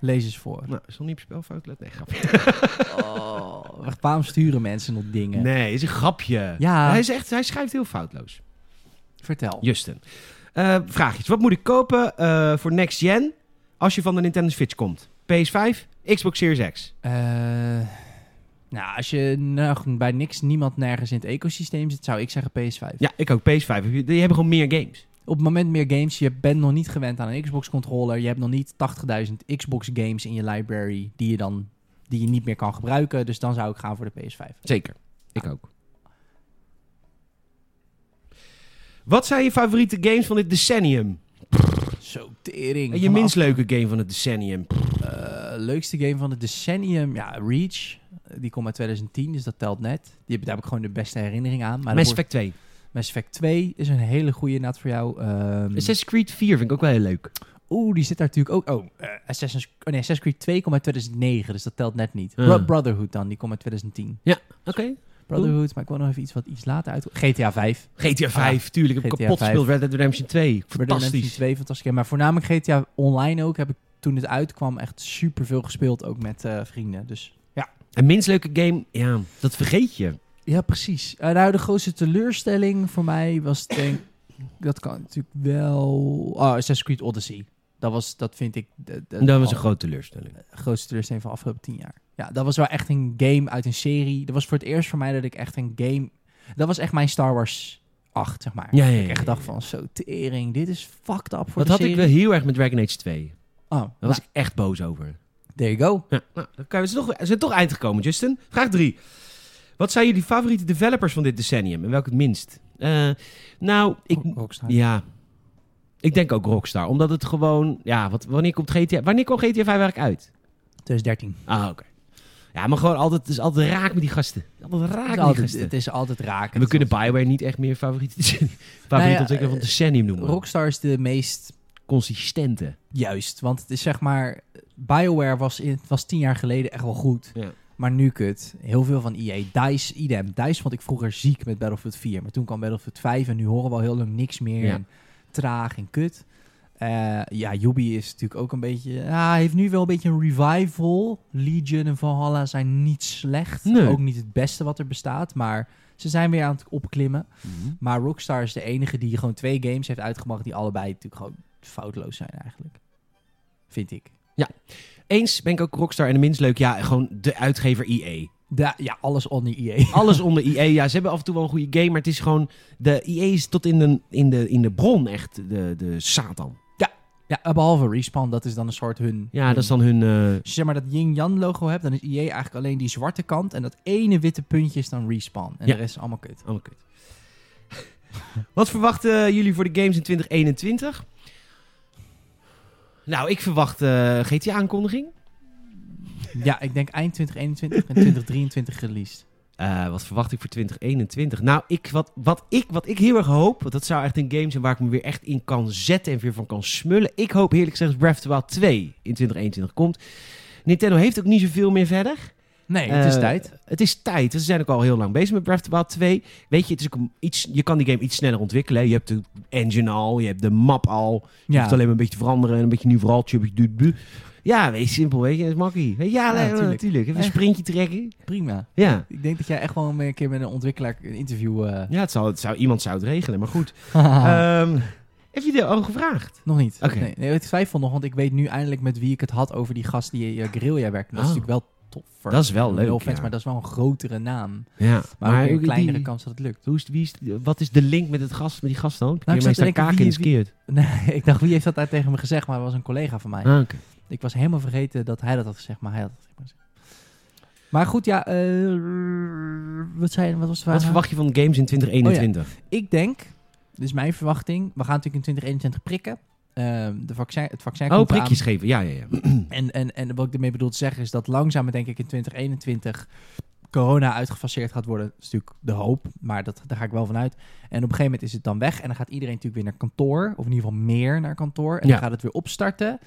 B: Lees eens voor.
A: nou, zal niet op spelfout letten? Nee, grapje.
B: Oh, waarom sturen mensen nog dingen?
A: Nee, is een grapje.
B: Ja.
A: Hij, is echt, hij schrijft heel foutloos.
B: Vertel.
A: Justin. Eh, vraagjes. Wat moet ik kopen eh, voor Next Gen als je van de Nintendo Switch komt? PS5, Xbox Series X.
B: Eh, nou, als je nog bij niks, niemand nergens in het ecosysteem zit, zou ik zeggen PS5.
A: Ja, ik ook PS5. Heb je- Die hebben gewoon meer games.
B: Op het moment meer games. Je bent nog niet gewend aan een Xbox-controller. Je hebt nog niet 80.000 Xbox-games in je library die je dan die je niet meer kan gebruiken. Dus dan zou ik gaan voor de PS5.
A: Zeker. Ik ook. Wat zijn je favoriete games van dit decennium?
B: Zo tering.
A: En je
B: Van de
A: minst leuke game van het decennium.
B: Eh, leukste game van het decennium. Ja, Reach. Eh, Die komt uit 2010, dus dat telt net. Die heb, daar heb ik gewoon de beste herinnering aan. Maar
A: Mass
B: dat
A: Effect 2.
B: wordt- Mass Effect 2 is een hele goede naad voor jou. Ehm,
A: Assassin's Creed 4 vind ik ook wel heel leuk.
B: Oeh, die zit daar natuurlijk ook. Oh, eh, Assassin's, oh nee, Assassin's Creed 2 komt uit 2009, dus dat telt net niet.
A: Hmm.
B: Bro- Brotherhood dan, die komt uit 2010.
A: Oké.
B: Brotherhood, maar ik wil nog even iets wat iets later uit. GTA 5.
A: GTA 5, tuurlijk. Ik heb
B: GTA
A: kapot
B: 5.
A: gespeeld. Red Dead Redemption 2.
B: Redemption
A: Fantastisch.
B: 2, fantastisch. game. Maar voornamelijk GTA Online ook heb ik toen het uitkwam echt super veel gespeeld, ook met eh, vrienden. Dus
A: En minst leuke game, ja, dat vergeet je.
B: Ja, precies. Eh, nou, de grootste teleurstelling voor mij was denk dat kan natuurlijk wel... Oh, Assassin's Creed Odyssey. Dat was, dat vind ik... de- de-
A: dat was een grote teleurstelling.
B: de grootste teleurstelling van de afgelopen tien jaar. Ja, dat was wel echt een game uit een serie. Dat was voor het eerst voor mij dat ik echt een game... Dat was echt mijn Star Wars 8, zeg maar.
A: Ja, ja,
B: Dat
A: ja,
B: Ik echt
A: ja,
B: dacht
A: ja.
B: van, zo tering, dit is fucked up voor
A: Dat
B: de
A: had
B: serie.
A: ik wel heel erg met Dragon Age 2. Daar
B: wel... Oh,
A: was
B: nou,
A: ik echt boos over.
B: there you go.
A: Ja, nou, dan kan- we zijn toch, we zijn toch uitgekomen, Justin. Vraag 3. Wat zijn jullie favoriete developers van dit decennium en welke het minst? Eh, nou, ik,
B: Ro- Rockstar.
A: ja, ik denk ook Rockstar. Omdat het gewoon... Ja, wat, wanneer, komt GTA, wanneer kwam GTA 5 eigenlijk uit?
B: 2013.
A: Ah, oké. Ja, maar gewoon altijd, het is altijd raak met die gasten. Altijd raak met
B: Het is
A: die
B: altijd,
A: gasten.
B: het is altijd raken.
A: En we kunnen Bioware niet echt meer favoriete, favoriete
B: Nou ja,
A: ontwikkelaar van het
B: eh,
A: decennium noemen.
B: Rockstar is de meest
A: Consistente.
B: Juist, want het is zeg maar... BioWare was, in, was tien jaar geleden echt wel goed.
A: Ja.
B: Maar nu kut. Heel veel van EA. DICE, idem. DICE vond ik vroeger ziek met Battlefield 4. Maar toen kwam Battlefield 5 en nu horen we al heel lang niks meer.
A: Ja.
B: En traag en kut. Eh, ja, Yubi is natuurlijk ook een beetje... Ja, hij heeft nu wel een beetje een revival. Legion en Valhalla zijn niet slecht.
A: Nee.
B: Ook niet het beste wat er bestaat. Maar ze zijn weer aan het opklimmen. Maar Rockstar is de enige die gewoon twee games heeft uitgebracht die allebei natuurlijk gewoon foutloos zijn eigenlijk. Vind ik.
A: Eens ben ik ook Rockstar en de minst leuk. Ja, gewoon de uitgever EA.
B: Da- ja, alles E onder EA.
A: Alles onder EA. Ja, ze hebben af en toe wel een goede game, maar het is gewoon... De EA is tot in de, in de, in de bron echt de, de Satan.
B: Ja, behalve Respawn, dat is dan een soort hun...
A: Ja,
B: hun-
A: dat is dan hun... eh,
B: Als je zeg maar dat Yin-Yang logo hebt, dan is EA eigenlijk alleen die zwarte kant. En dat ene witte puntje is dan Respawn. En
A: Ja.
B: de rest is allemaal kut.
A: allemaal Oh, kut. Wat verwachten eh, jullie voor de games in 2021? Nou, ik verwacht eh, GTA-aankondiging.
B: Ja, ik denk eind 2021 en 2023 released.
A: Eh, wat verwacht ik voor 2021? Nou, ik, wat, wat, ik, wat ik heel erg hoop, want dat zou echt een game zijn waar ik me weer echt in kan zetten en weer van kan smullen. Ik hoop eerlijk gezegd dat Breath of the Wild 2 in 2021 komt. Nintendo heeft ook niet zoveel meer verder.
B: Nee, het is
A: Eh,
B: tijd.
A: Het is tijd. Ze zijn ook al heel lang bezig met Breath of the Wild 2. Weet je, het is ook een- iets, je kan die game iets sneller ontwikkelen. hè. Je hebt de engine al, je hebt de map al. Je
B: Ja,
A: hoeft alleen maar een beetje te veranderen. en Een beetje een nieuw verhaaltje. een beetje du- du- Ja, wees simpel, weet je. Dat is makkie. Ja,
B: Ja,
A: natuurlijk.
B: tuurlijk.
A: Even een
B: Eh.
A: sprintje trekken.
B: prima.
A: Ja.
B: Ik denk dat jij echt wel een keer met een ontwikkelaar een interview... eh,
A: Ja, het zou, het zou, iemand zou het regelen, maar goed.
B: Ah.
A: Ehm, heb je er al gevraagd?
B: Nog niet.
A: Oké.
B: Nee, nee, ik twijfel nog, want ik weet nu eindelijk met wie ik het had over die gast die eh, guerrilla werkt. Dat is
A: Oh.
B: natuurlijk wel toffer.
A: Dat is wel leuk,
B: No offense,
A: ja.
B: maar dat is wel een grotere naam.
A: Ja,
B: Maar, ook weer een
A: die-
B: kleinere kans dat het lukt.
A: Hoe is, wie is, wat is de link met, het gast, met die gast dan?
B: Nou,
A: Nou,
B: ik
A: ik
B: zat te
A: meestal
B: denken,
A: kaken
B: wie-
A: in is keert.
B: Nee, ik dacht, wie heeft dat daar tegen me gezegd? Maar het was een collega van mij.
A: Ah, oké.
B: Ik was helemaal vergeten dat hij dat had gezegd, maar hij had dat tegen me gezegd. Maar goed, ja, eh, wat, zei, wat was de vraag?
A: Wat verwacht je van games in 2021?
B: Ik denk, dit is mijn verwachting, we gaan natuurlijk in 2021 prikken. Ehm, de vaccin, het vaccin
A: Oh,
B: komt eraan.
A: prikjes geven. Ja, ja, ja.
B: En, en, en wat ik ermee bedoel te zeggen is dat langzaam, denk ik, in 2021 corona uitgefaseerd gaat worden. Dat is natuurlijk de hoop, maar dat, daar ga ik wel van uit. En op een gegeven moment is het dan weg en dan gaat iedereen natuurlijk weer naar kantoor. Of in ieder geval meer naar kantoor. En
A: Ja.
B: dan gaat het weer opstarten.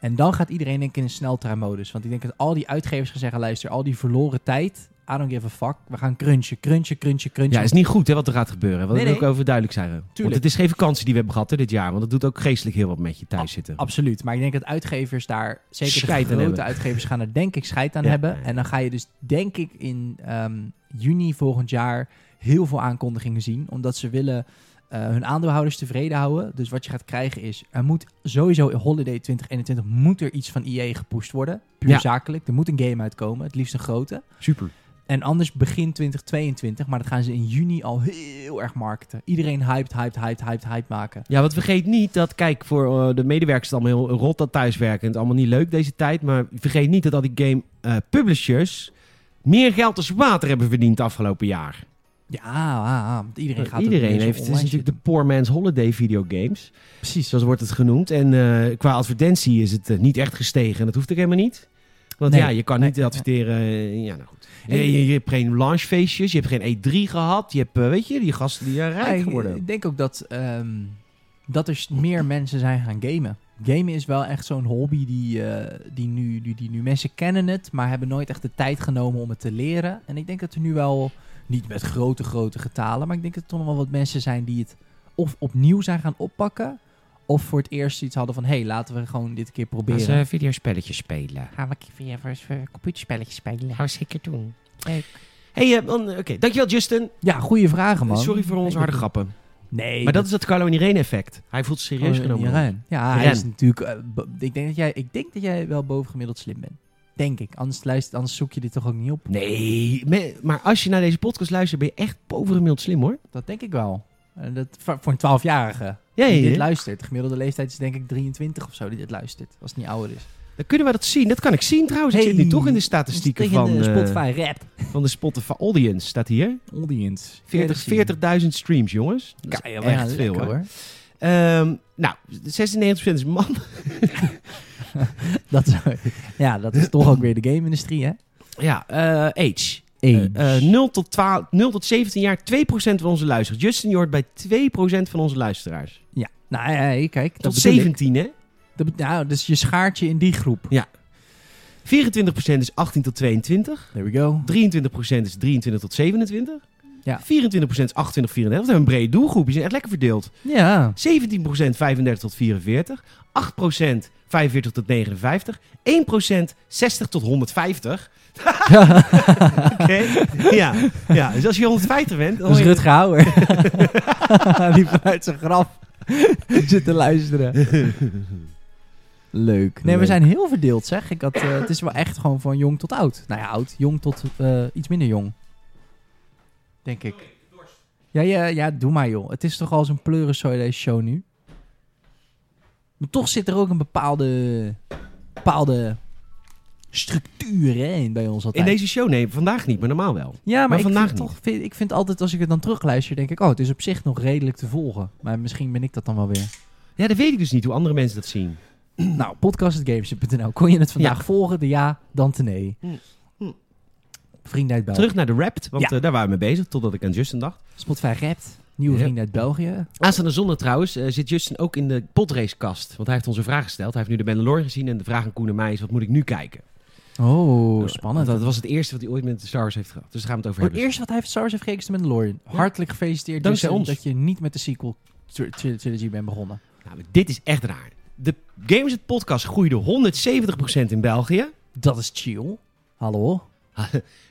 B: En dan gaat iedereen denk ik in een sneltreinmodus. Want ik denk dat al die uitgevers gaan zeggen, luister, al die verloren tijd, I don't give a fuck. We gaan crunchen, crunchen, crunchen, crunchen.
A: Ja, is niet goed hè, wat er gaat gebeuren. Wat
B: Nee,
A: wil ik
B: nee.
A: ook overduidelijk zeggen. Want
B: Tuurlijk.
A: het is geen vakantie die we hebben gehad hè, dit jaar. Want dat doet ook geestelijk heel wat met je thuis zitten.
B: Absoluut, maar ik denk dat uitgevers daar, zeker
A: Scheid aan
B: de grote
A: hebben.
B: uitgevers, gaan er denk ik scheid aan
A: Ja.
B: hebben. En dan ga je dus denk ik in ehm, juni volgend jaar heel veel aankondigingen zien. Omdat ze willen eh, hun aandeelhouders tevreden houden. Dus wat je gaat krijgen is, er moet sowieso in Holiday 2021 moet er iets van EA gepusht worden. Puur
A: Ja.
B: zakelijk. Er moet een game uitkomen, het liefst een grote.
A: Super.
B: En anders begin 2022, maar dat gaan ze in juni al heel erg marketen. Iedereen hyped, hyped, hyped, hyped, hyped maken.
A: Ja, want vergeet niet dat, kijk, voor eh, de medewerkers is het allemaal heel rot dat thuiswerken. en Het is allemaal niet leuk deze tijd. Maar vergeet niet dat al die game eh, publishers meer geld als water hebben verdiend afgelopen jaar.
B: Ja, ah, ah, want iedereen gaat het
A: Eh, Iedereen
B: opeens
A: heeft. Het is
B: online
A: natuurlijk de
B: zitten.
A: Poor Man's Holiday videogames.
B: Precies.
A: Zoals wordt het genoemd. En eh, qua advertentie is het eh, niet echt gestegen. En dat hoeft ook helemaal niet. Want
B: Nee.
A: ja, je kan
B: Nee.
A: niet adverteren. eh, Ja, nou goed. Je, je, je hebt geen launchfeestjes. Je hebt geen E3 gehad. Je hebt, eh, weet je, die gasten die zijn
B: Ja,
A: rijk
B: ik-
A: geworden.
B: Ik denk ook dat, ehm, dat er s- meer mensen zijn gaan gamen. Gamen is wel echt zo'n hobby die, eh, die, nu, die, die nu mensen kennen het, maar hebben nooit echt de tijd genomen om het te leren. En ik denk dat er nu wel, niet met grote, grote getalen, maar ik denk dat er toch nog wel wat mensen zijn die het of opnieuw zijn gaan oppakken, of voor het eerst iets hadden van, hé, hey, laten we gewoon dit een keer proberen.
A: eh, videospelletjes spelen.
C: Gaan we even een computerspelletje spelen.
A: Hou zeker doen. Hey, eh, man, oké. Dankjewel, Justin.
B: Ja, goede vragen, man.
A: Sorry voor onze
B: Ik
A: harde
B: ben-
A: grappen.
B: Nee.
A: Maar dat is het Carlo en Irene effect. Hij voelt zich serieus
B: Oh,
A: genomen.
B: Jeroen. Ja, hij
A: Jeroen.
B: is natuurlijk... eh, bo- ik, denk dat jij, ik denk dat jij wel bovengemiddeld slim bent. Denk ik. Anders, luister, anders zoek je dit toch ook niet op?
A: Nee, me- maar als je naar deze podcast luistert, ben je echt bovengemiddeld slim hoor.
B: Dat denk ik wel. En dat, voor voor een twaalfjarige
A: Ja,
B: die
A: ja,
B: dit
A: ja.
B: luistert. De gemiddelde leeftijd is denk ik 23 of zo die dit luistert. Als het niet ouder is.
A: Dan kunnen we dat zien. Dat kan ik zien trouwens. Ik
B: Hey,
A: zit nu toch in de statistieken
B: Tegen
A: van,
B: de
A: eh,
B: Spotify Rap.
A: van de Spotify Audience. Staat hier.
B: Audience.
A: 40 40.000 streams, jongens. Dat is
B: Kijk,
A: echt veel hoor. Ehm, nou, 96% is man.
B: Dat, is- ja, dat is toch ook weer de game-industrie, hè?
A: Ja, eh, age. Eh, eh, 0, tot 12, 0 tot 17 jaar, 2% van onze luisteraars. Justin, je hoort bij 2% van onze luisteraars.
B: ja. Nou, ja, ja, kijk. Dat
A: Tot
B: bedoel ik.
A: 17, hè?
B: Dat bet- nou, dus je schaart je in die groep.
A: 24% is 18 tot 22.
B: There we go.
A: 23% is 23 tot 27.
B: Ja.
A: 24% is 28 34. We hebben een brede doelgroep. Die zijn echt lekker verdeeld. 17%
B: Ja.
A: 35 tot 44. 8% 45 tot 59. 1% 60 tot 150. Oké? ja. ja, dus als je 150 bent... dan
B: Dat is
A: hoor je-
B: Rutger Hauer. Die vanuit zijn graf zit te luisteren. Leuk. Nee, we
A: Leuk.
B: zijn heel verdeeld, zeg. Ik had, eh, het is wel echt gewoon van jong tot oud. Nou ja, oud. Jong tot eh, iets minder jong. Denk ik. Ja, ja, ja, doe maar joh. Het is toch al zo'n pleurensooi deze show nu. Maar toch zit er ook een bepaalde, bepaalde structuur hè, in bij ons
A: In
B: altijd.
A: deze show, nee, vandaag niet, maar normaal wel.
B: Ja, maar,
A: Maar
B: ik,
A: vandaag
B: vind
A: niet.
B: toch, vind, ik vind altijd als ik het dan terugluister, denk ik, oh, het is op zich nog redelijk te volgen. Maar misschien ben ik dat dan wel weer.
A: Ja, dat weet ik dus niet hoe andere mensen dat zien.
B: nou, podcast.games.nl. Kon je het vandaag
A: Ja.
B: volgen? De ja, dan te nee.
A: Hm. Hm.
B: Vriend uit België.
A: Terug naar de Wrapped, want
B: Ja.
A: eh, daar waren we mee bezig, totdat ik aan Justin dacht.
B: Spotify Rapt. Nieuwe
A: Ja.
B: vriend uit België.
A: Aanstaande zondag trouwens eh, zit Justin ook in de podracekast. Want hij heeft ons een vraag gesteld. Hij heeft nu de Mandalorian gezien en de vraag aan Koen en mij is... wat moet ik nu kijken?
B: Oh, spannend. Oh,
A: Dat was het eerste wat hij ooit met de Star Wars heeft gehad. Dus daar gaan we het over
B: Voor het
A: hebben.
B: eerst wat hij heeft Star Wars heeft gekeken is de Mandalorian. Hartelijk gefeliciteerd.
A: Dankzij
B: Justin,
A: ons.
B: Dat je niet met de sequel tr- tr- trilogy bent begonnen.
A: Nou, maar dit is echt raar. De Gamers het podcast groeide 170% in België.
B: Dat is chill. Hallo.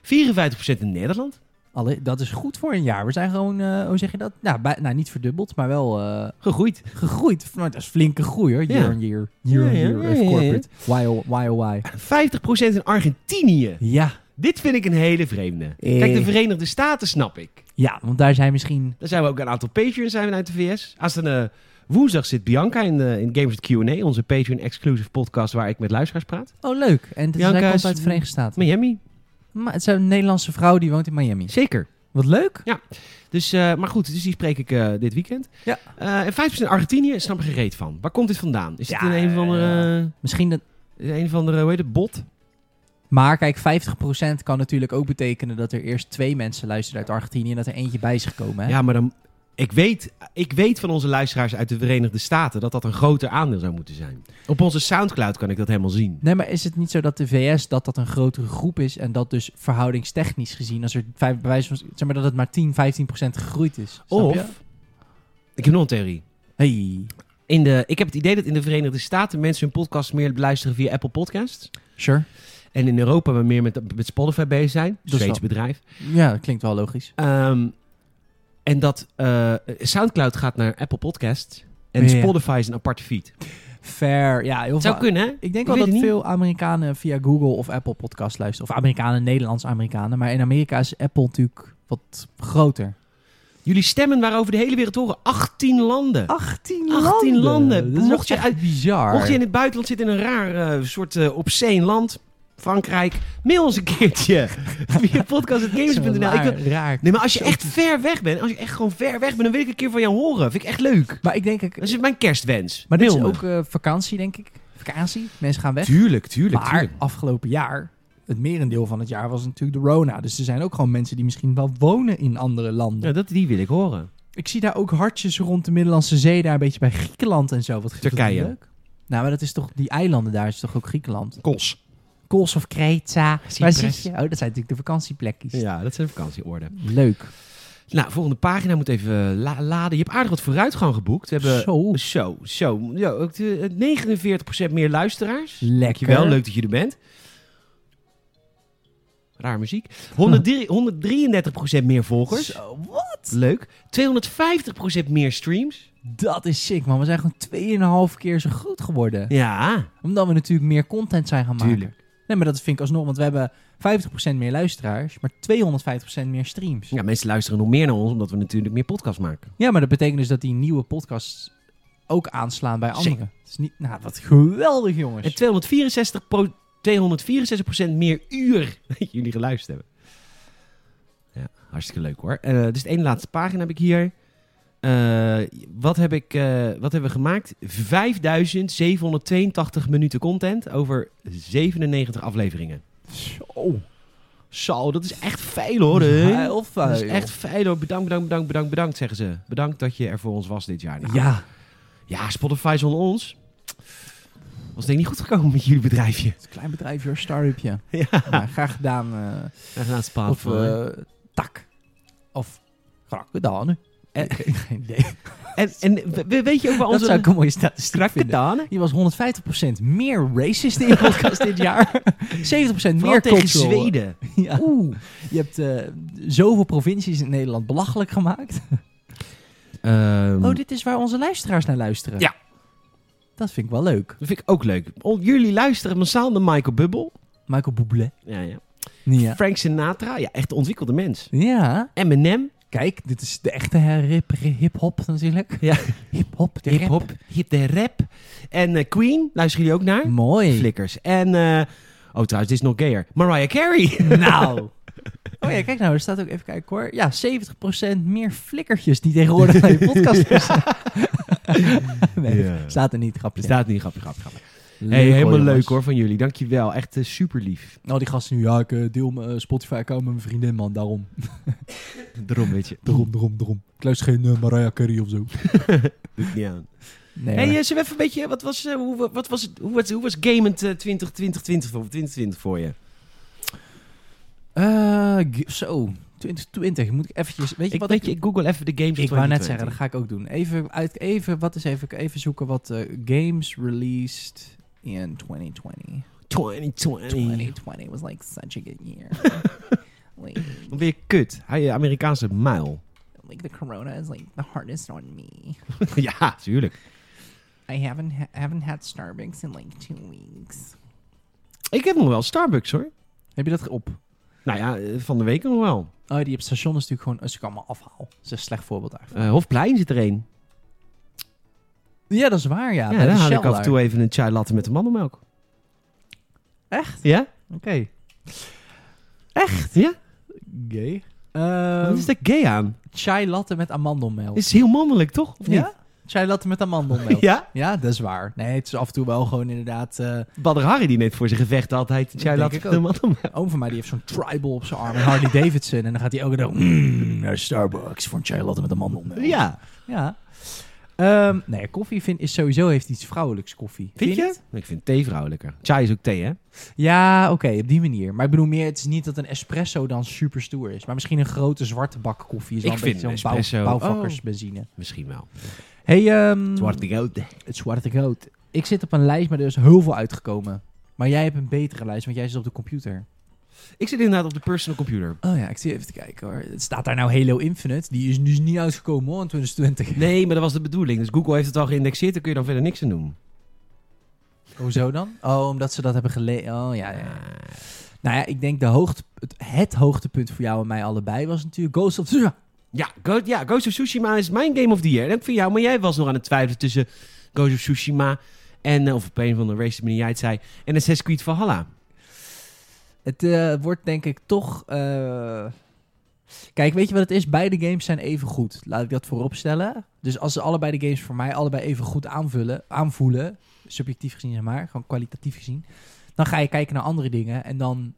A: 54% in Nederland.
B: Alle, dat is goed voor een jaar. We zijn gewoon, eh, hoe zeg je dat? Nou, bij- nou niet verdubbeld, maar wel eh,
A: Gegroeid.
B: gegroeid. Nou, dat is flinke groei hoor, year
A: Ja.
B: on year. Year on
A: Ja, ja,
B: year
A: ja,
B: of
A: ja, ja.
B: corporate. Why, oh, why, oh, why.
A: 50% in Argentinië.
B: Ja,
A: Dit vind ik een hele vreemde.
B: Eh.
A: Kijk, de Verenigde Staten snap ik.
B: ja, want daar zijn misschien...
A: Daar zijn we ook een aantal Patreons zijn we uit de VS. Aanstaande eh, woensdag zit Bianca in, de, in Gamers het Q&A. Onze Patreon-exclusive podcast waar ik met luisteraars praat.
B: Oh, leuk. En dit is
A: Bianca
B: ook altijd
A: is-
B: uit de Verenigde Staten.
A: Miami.
B: Maar het is een Nederlandse vrouw die woont in Miami.
A: Zeker.
B: Wat leuk.
A: Dus, eh, maar goed, dus die spreek ik eh, dit weekend.
B: Ja.
A: Eh, en 5% Argentinië, snap ik geen reet van. Waar komt dit vandaan? Is dit
B: Ja,
A: in een van de,
B: Misschien dat...
A: een van de hoe heet het, bot?
B: Maar kijk, 50% kan natuurlijk ook betekenen dat er eerst twee mensen luisteren uit Argentinië en dat er eentje bij is gekomen. Hè?
A: Ja, maar dan... Ik weet, ik weet van onze luisteraars uit de Verenigde Staten dat dat een groter aandeel zou moeten zijn. Op onze Soundcloud kan ik dat helemaal zien.
B: Nee, maar is het niet zo dat de VS dat dat een grotere groep is en dat dus verhoudingstechnisch gezien, als er vijf, bij wijze van, zeg maar dat het maar 10, 15 gegroeid is? Snap je?
A: Of, ik heb nog een theorie.
B: Hey,
A: In de, ik heb het idee dat in de Verenigde Staten mensen hun podcast meer beluisteren via Apple Podcasts.
B: sure.
A: En in Europa we meer met, met Spotify bezig zijn.
B: Dat is
A: Zweeds
B: wel-
A: bedrijf.
B: Ja, dat klinkt wel logisch.
A: Ehm, en dat eh, Soundcloud gaat naar Apple Podcasts. En
B: Ja.
A: Spotify is een aparte feed.
B: Fair, ja. Heel
A: Zou
B: veel-
A: kunnen, hè?
B: Ik denk
A: Ik
B: wel
A: weet
B: dat
A: het niet.
B: veel Amerikanen via Google of Apple podcast luisteren. Of Amerikanen, Nederlands-Amerikanen. Maar in Amerika is Apple natuurlijk wat groter.
A: Jullie stemmen waren over de hele wereld te horen. 18 landen.
B: 18
A: landen. 18 landen. Dat is
B: mocht
A: echt
B: je uit bizar.
A: Mocht je in het buitenland zitten in een raar eh, soort eh obscene land... Frankrijk, mail ons een keertje via podcast.gamers.nl. Ik wil-
B: raar.
A: Nee, maar als je echt ver weg bent, als je echt gewoon ver weg bent, dan wil ik een keer van jou horen. Vind ik echt leuk.
B: Maar ik denk... Ik,
A: Dat is mijn kerstwens.
B: maar dit is
A: Mail me.
B: ook eh, vakantie, denk ik. Vakantie. Mensen gaan weg.
A: Tuurlijk, tuurlijk,
B: maar
A: tuurlijk.
B: afgelopen jaar, het merendeel van het jaar, was natuurlijk de Rona. Dus er zijn ook gewoon mensen die misschien wel wonen in andere landen.
A: Ja, dat, die wil ik horen.
B: Ik zie daar ook hartjes rond de Middellandse Zee, daar een beetje bij Griekenland en zo. Wat geeft dat
A: Turkije.
B: leuk? Nou, maar dat is toch, die eilanden daar is toch ook Griekenland?
A: Kos.
B: Kos of Kreta, waar
A: Cyprus.
B: zit je? Oh, dat zijn natuurlijk de vakantieplekjes.
A: Ja, dat zijn vakantieoorden.
B: Leuk.
A: Nou, volgende pagina moet even eh, la- laden. Je hebt aardig wat vooruitgang geboekt. We hebben
B: Zo.
A: zo, zo. Ja, ook de- 49% meer luisteraars.
B: Lekker.
A: Dankjewel, leuk dat je er bent. Raar muziek. 103 133% meer volgers.
B: Zo, wat?
A: Leuk. 250% meer streams.
B: Dat is sick, man. We zijn gewoon 2,5 keer zo groot geworden.
A: Ja,
B: Omdat we natuurlijk meer content zijn gaan maken.
A: tuurlijk.
B: Nee, maar dat vind ik alsnog, want we hebben 50% meer luisteraars, maar 250% meer streams.
A: Ja, mensen luisteren nog meer naar ons, omdat we natuurlijk meer podcasts maken.
B: Ja, maar dat betekent dus dat die nieuwe podcasts ook aanslaan bij
A: Zeker.
B: anderen. Het is niet, nou, wat geweldig, jongens.
A: En 264 pro- 264% meer uur dat jullie geluisterd hebben. Ja, hartstikke leuk hoor. Eh, dus de ene laatste pagina heb ik hier. Eh, wat, heb ik, eh, wat hebben we gemaakt? 5782 minuten content over 97 afleveringen.
B: Zo.
A: Zo, dat is echt veel hoor. hè?
B: Oh, Heel fijn.
A: Dat is echt veel hoor. Bedankt, bedankt, bedankt, bedankt, bedankt, zeggen ze. Bedankt dat je er voor ons was dit jaar. Nou,
B: Ja,
A: Ja, Spotify zonder ons. Was denk ik niet goed gekomen met jullie bedrijfje.
B: het is een klein bedrijfje, hoor, startupje.
A: Ja.
B: Maar graag gedaan. eh,
A: Laat Spaans
B: of eh, tak. Of graag gedaan. Eh, Geen idee.
A: En, en we- we- weet je ook waar
B: Dat
A: onze...
B: zou ik een mooie statistiek
A: Krak
B: vinden.
A: gedaan.
B: Je was 150% meer racist in je podcast dit jaar. 70% meer
A: Meer tegen
B: cultural.
A: Zweden.
B: Ja.
A: Oeh.
B: Je hebt eh, zoveel provincies in Nederland belachelijk gemaakt. Oh, dit is waar onze luisteraars naar luisteren.
A: Ja.
B: Dat vind ik wel leuk.
A: Dat vind ik ook leuk. Oh, Jullie luisteren massaal naar Michael Bubbel.
B: Michael Bublé.
A: Ja, ja.
B: Ja.
A: Frank Sinatra. Ja, echt een ontwikkelde mens.
B: Ja.
A: Eminem.
B: Kijk, dit is de echte eh, rip- hip-hop natuurlijk.
A: Ja.
B: Hip-hop, de rap.
A: Hip-hop. Hip de rap. En eh, Queen. Luisteren jullie ook naar?
B: Mooi.
A: Flikkers. En... eh, Oh, trouwens, dit is nog gayer. Mariah Carey.
B: Nou. Oh ja, kijk nou, er staat ook even kijken hoor. Ja, 70% meer flikkertjes die tegenwoordig naar je podcast zijn. nee,
A: Ja.
B: staat er niet, grapje.
A: Er staat niet grapje, grapje, grapje.
B: Leuk,
A: Hey, helemaal
B: jongens.
A: leuk hoor van jullie. Dankjewel. Echt eh, super lief.
B: Nou, die gasten nu, ja, ik eh, deel mijn eh, Spotify-account met mijn vriendin, man, daarom.
A: Daarom weet je.
B: Daarom, daarom, daarom. Ik luister geen eh, Mariah Carey of zo.
A: Doet niet aan.
B: Nee,
A: Hey,
B: hoor.
A: eh, zullen we even een beetje... Wat was, eh, hoe, wa- wat was, het- hoe, was, hoe was Gamend eh, 2020 20 voor, 2020 voor je?
B: Eh, g- zo, 2020. Moet ik eventjes... Weet je
A: Ik,
B: wat
A: weet je, ik google even de games
B: Ik wou net zeggen, dat ga ik ook doen. Even, uit, even, wat is even, even zoeken wat eh, games released in 2020.
A: 2020.
B: 2020 was like such a good year. like,
A: Dan ben je kut. Hij eh, Amerikaanse muil.
B: like the corona is like the hardest on me.
A: ja, tuurlijk.
C: I haven't ha- haven't had Starbucks in like two weeks.
A: Ik heb nog wel Starbucks hoor.
B: Heb je dat op?
A: Nou ja, eh, van de week nog wel.
B: Oh, die op het station is natuurlijk gewoon als ik allemaal afhaal. Dat is een slecht voorbeeld daarvan.
A: Eh, Hofplein zit er een.
B: Ja, dat is waar, ja.
A: Ja,
B: bij de
A: daar haal ik
B: Shell
A: af en toe even een chai latte met de mandelmelk.
B: Echt?
A: Ja?
B: daar. Oké.
A: Echt? Ja?
B: Gay. Oh. Ehm,
A: Wat is daar gay aan?
B: chai latte met amandelmelk.
A: Is heel mannelijk toch? Of niet?
B: ja? Chai latte met amandelmelk.
A: Ja?
B: Ja, dat is waar. Nee, het is af en toe wel gewoon inderdaad... eh
A: Badr Harry die net voor zijn gevecht altijd een chai
B: denk
A: latte
B: ik
A: met de
B: ook.
A: mandelmelk.
B: oom van mij die heeft zo'n tribal op zijn arm. En Harley Davidson. En dan gaat hij elke dag mm, naar Starbucks voor een chai latte met amandelmelk.
A: Ja.
B: Ja. Ehm, nee, koffie vind, is sowieso heeft iets vrouwelijks koffie.
A: Vind je?
B: het?
A: Ik vind thee vrouwelijker. Chai is ook thee, hè?
B: Ja, oké, op die manier. Maar ik bedoel meer, het is niet dat een espresso dan super stoer is. Maar misschien een grote zwarte bak koffie is wel
A: Ik
B: een
A: vind
B: beetje zo'n
A: espresso-
B: bouw, bouwvakkersbenzine.
A: Misschien wel.
B: Hey, ehm,
A: Zwarte goud.
B: het zwarte goud. Ik zit op een lijst, maar er is heel veel uitgekomen. Maar jij hebt een betere lijst, want jij zit op de computer.
A: Ik zit inderdaad op de personal computer.
B: Oh ja, ik zie even te kijken hoor. Het Staat daar nou Halo Infinite? Die is dus niet uitgekomen hoor in 2020.
A: Nee, maar dat was de bedoeling. Dus Google heeft het al geïndexeerd, daar kun je dan verder niks aan doen.
B: Hoezo dan? Oh, omdat ze dat hebben gelezen. Oh ja, ja,
A: Eh,
B: ja. Nou ja, ik denk de hoogte, het, het hoogtepunt voor jou en mij allebei was natuurlijk Ghost of Tsushima.
A: Ja, Go, ja, Ghost of Tsushima is mijn game of the year. En ook voor jou, maar jij was nog aan het twijfelen tussen Ghost of Tsushima en, eh, of op een van de races, manier jij het zei, en Assassin's Creed Valhalla.
B: Het eh, wordt denk ik toch... eh, Kijk, weet je wat het is? Beide games zijn even goed. Laat ik dat vooropstellen. Dus als ze allebei de games voor mij allebei even goed aanvullen, aanvoelen... Subjectief gezien, zeg maar. Gewoon kwalitatief gezien. Dan ga je kijken naar andere dingen. En dan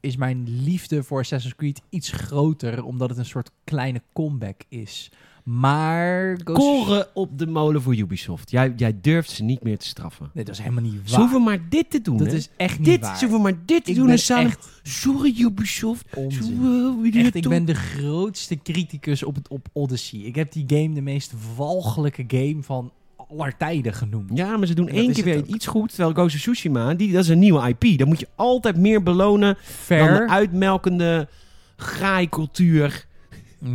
B: is mijn liefde voor Assassin's Creed iets groter... omdat het een soort kleine comeback is. Maar... Ghost-
A: Koren op de molen voor Ubisoft. Jij, jij durft ze niet meer te straffen.
B: Nee, dat is helemaal niet
A: Ze
B: waar.
A: hoeven maar dit te doen.
B: dat
A: hè?
B: is echt niet
A: dit,
B: waar.
A: Ze hoeven maar dit te
B: ik
A: doen
B: ben
A: en samen.
B: echt
A: Sorry Ubisoft.
B: onzin.
A: Zo, wie doet
B: Echt,
A: het
B: ik
A: toch?
B: ben de grootste criticus op, het, op Odyssey. Ik heb die game de meest walgelijke game van aller tijden genoemd.
A: Ja, maar ze doen
B: En dat
A: één
B: is
A: keer
B: het
A: weer
B: ook.
A: iets goed. Terwijl Ghost of Tsushima, die, dat is een nieuwe IP. Dan moet je altijd meer belonen dan de
B: Fair.
A: uitmelkende graaikultuur.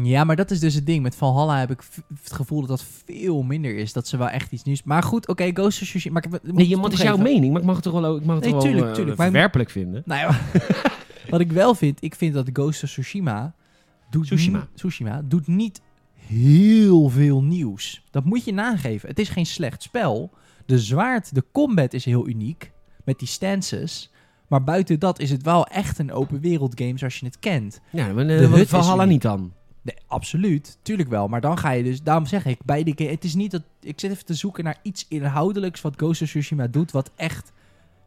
B: Ja, maar dat is dus het ding. Met Valhalla heb ik v- het gevoel dat dat veel minder is. Dat ze wel echt iets nieuws... Maar goed, oké, Ghost of Tsushima... Maar ik, moet
A: Nee,
B: het
A: het is
B: toegeven.
A: jouw mening, maar ik mag het toch wel, ook- ik mag het
B: Nee,
A: toch wel
B: tuurlijk,
A: eh,
B: tuurlijk, maar-
A: verwerpelijk vinden.
B: Nou ja, wat ik wel vind, ik vind dat Ghost of Tsushima doet,
A: Tsushima.
B: ni- Tsushima doet niet heel veel nieuws. Dat moet je nageven. Het is geen slecht spel. De zwaard, de combat is heel uniek met die stances. Maar buiten dat is het wel echt een open wereld game zoals je het kent.
A: Ja, maar
B: De
A: uh,
B: hut is
A: Valhalla
B: uniek.
A: niet dan. Nou,
B: Nee, absoluut. Tuurlijk wel. Maar dan ga je dus... Daarom zeg ik, beide keer... Het is niet dat... Ik zit even te zoeken naar iets inhoudelijks wat Ghost of Tsushima doet... wat echt
A: Nou,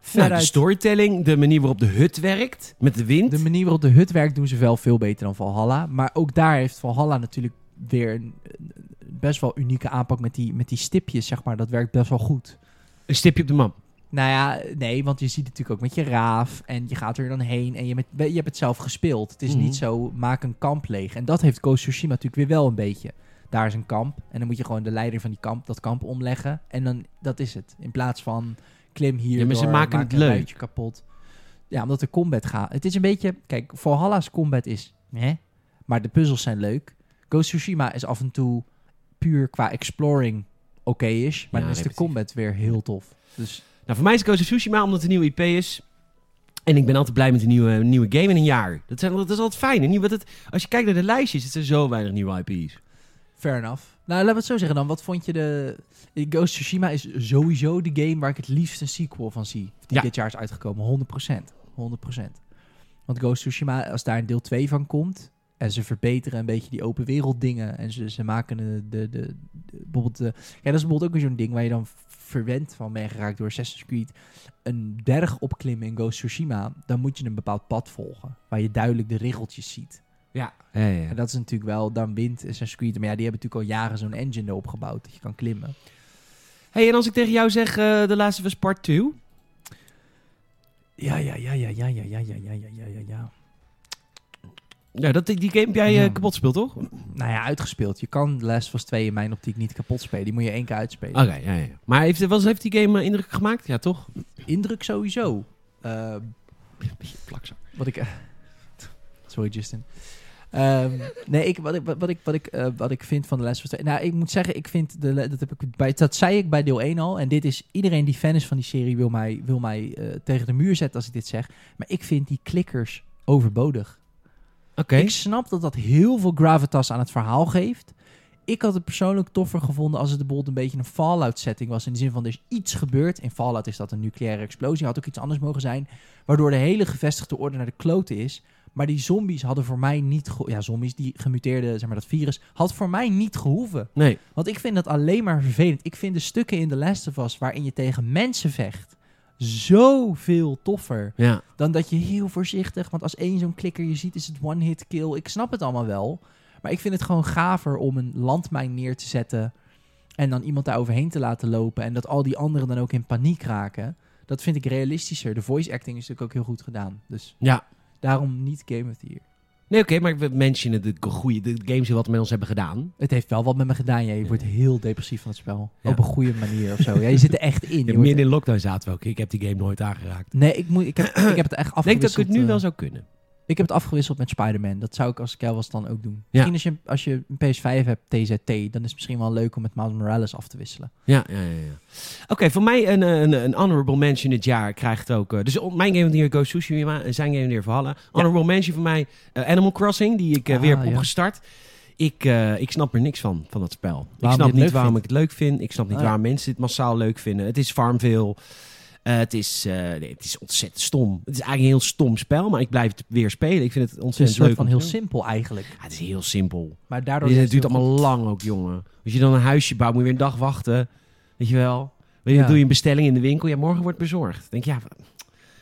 A: de
B: veruit
A: storytelling, de manier waarop de hut werkt, met de wind.
B: De manier waarop de hut werkt doen ze wel veel beter dan Valhalla. Maar ook daar heeft Valhalla natuurlijk weer een een best wel unieke aanpak met die, met die stipjes, zeg maar. Dat werkt best wel goed.
A: Een stipje op de map.
B: Nou ja, nee, want je ziet het natuurlijk ook met je raaf en je gaat er dan heen en je, met, je hebt het zelf gespeeld. Het is
A: Mhm.
B: niet zo, maak een kamp leeg. En dat heeft Ghost of Tsushima natuurlijk weer wel een beetje. Daar is een kamp en dan moet je gewoon de leider van die kamp, dat kamp omleggen. En dan, dat is het. In plaats van klim hier
A: Ja, maar ze
B: door,
A: maken
B: maak
A: het
B: een
A: leuk.
B: ruitje kapot. Ja, omdat de combat gaat. Het is een beetje, kijk, Valhalla's combat is, hè? maar de puzzels zijn leuk. Ghost of Tsushima is af en toe puur qua exploring oké is, maar
A: Ja,
B: dan is de
A: repetitief.
B: combat weer heel tof. Dus
A: Nou, voor mij is Ghost of Tsushima omdat het een nieuwe IP is. En ik ben altijd blij met een nieuwe, nieuwe game in een jaar. Dat, zijn, dat is altijd fijn. En niet wat het, als je kijkt naar de lijstjes, het zijn zo weinig nieuwe IP's.
B: Fair enough. Nou, laten we het zo zeggen dan. Wat vond je de... eh, Ghost of Tsushima is sowieso de game waar ik het liefst een sequel van zie. Die
A: Ja.
B: dit jaar is uitgekomen. 100%. 100%. Want Ghost of Tsushima, als daar een deel 2 van komt... En ze verbeteren een beetje die open wereld dingen. En ze, ze maken de, de, de, de- bijvoorbeeld... De, ja, dat is bijvoorbeeld ook weer zo'n ding waar je dan verwend van bent geraakt door Assassin's Creed. Een berg opklimmen in Ghost of Tsushima, dan moet je een bepaald pad volgen. Waar je duidelijk de riggeltjes ziet.
A: Ja, ja, ja.
B: En dat is natuurlijk wel, dan wint Assassin's Creed. Maar ja, die hebben natuurlijk al jaren zo'n engine erop gebouwd dat je kan klimmen.
A: hey, en als ik tegen jou zeg eh The Last of Us Part 2?
B: Ja, ja, ja, ja, ja, ja, ja, ja, ja, ja, ja, ja, ja.
A: Ja, dat, die game heb jij eh,
B: Ja.
A: kapot gespeeld, toch? Oké,
B: Nou ja, uitgespeeld. Je kan The Last of Us 2 in mijn optiek niet kapot spelen. Die moet je één keer uitspelen.
A: ja, ja. Maar heeft, was, heeft die game eh, indruk gemaakt? Ja, toch?
B: Indruk sowieso. Eh,
A: Beetje plakzak.
B: wat ik... eh, sorry, Justin. Ehm, nee, ik, wat, ik, wat, wat ik, wat, ik, eh, wat ik vind van The Last of Us 2... Nou, ik moet zeggen, ik vind... De, le- dat, heb ik bij, dat zei ik bij deel 1 al. En dit is... Iedereen die fan is van die serie wil mij, wil mij eh, tegen de muur zetten als ik dit zeg. Maar ik vind die klikkers overbodig.
A: Oké.
B: Ik snap dat dat heel veel gravitas aan het verhaal geeft. Ik had het persoonlijk toffer gevonden als het bijvoorbeeld een beetje een Fallout setting was. In de zin van er is iets gebeurd. In Fallout is dat een nucleaire explosie. Had ook iets anders mogen zijn. Waardoor de hele gevestigde orde naar de kloten is. Maar die zombies hadden voor mij niet... ge- Ja, zombies, die gemuteerde, zeg maar dat virus... had voor mij niet gehoeven.
A: Nee.
B: Want ik vind dat alleen maar vervelend. Ik vind de stukken in The Last of Us... waarin je tegen mensen vecht... zoveel toffer
A: Ja.
B: dan dat je heel voorzichtig, want als één zo'n klikker je ziet, is het one-hit kill. Ik snap het allemaal wel, maar ik vind het gewoon gaver om een landmijn neer te zetten en dan iemand daar overheen te laten lopen en dat al die anderen dan ook in paniek raken. Dat vind ik realistischer. De voice acting is natuurlijk ook heel goed gedaan, dus
A: Ja.
B: daarom niet Game of the Year.
A: Nee, oké, maar we mentionen de goede de games die wat met ons hebben gedaan.
B: Het heeft wel wat met me gedaan. Ja, je wordt heel depressief van het spel.
A: Ja.
B: Op een goede manier of zo. Ja, je zit er echt in. Je wordt-
A: midden in lockdown zaten we ook. Ik heb die game nooit aangeraakt.
B: Nee, ik, moet, ik, heb, ik heb het echt afgewisseld.
A: Ik denk dat ik het nu
B: eh,
A: wel zou kunnen.
B: Ik heb het afgewisseld met Spider-Man. Dat zou ik als ik jou was dan ook doen.
A: Ja.
B: Misschien als je, als je een PS5 hebt, TZT, dan is het misschien wel leuk om met Miles Morales af te wisselen.
A: Ja, ja, ja. ja. Oké, voor mij een, eh, een, een honorable mention dit jaar krijgt ook... eh, dus on- mijn game van het jaar Go Sushi, en zijn game van het jaar Valhalla. Honorable mention voor mij eh, Animal Crossing, die ik eh, weer
B: Ah,
A: heb
B: ja.
A: opgestart. Ik, eh, ik snap er niks van, van dat spel.
B: je
A: ik
B: het
A: snap
B: leuk
A: niet waarom
B: vindt.
A: ik het leuk vind. Ik snap niet
B: Ah, ja.
A: waarom mensen het massaal leuk vinden. Het is Farmville. Eh, het, is, eh, nee, het is ontzettend stom. Het is eigenlijk een heel stom spel, maar ik blijf het weer spelen. Ik vind het
B: Het is een
A: ontzettend
B: soort
A: leuk.
B: van
A: om
B: heel
A: te doen.
B: simpel eigenlijk.
A: Ja, het is heel simpel.
B: Maar daardoor...
A: Dit,
B: is
A: het duurt
B: heel
A: allemaal
B: goed.
A: lang ook, jongen. Als je dan een huisje bouwt, moet je weer een dag wachten. Weet je wel? Weet je,
B: Ja.
A: Dan doe je een bestelling in de winkel. Ja, morgen wordt bezorgd. Dan denk je, ja,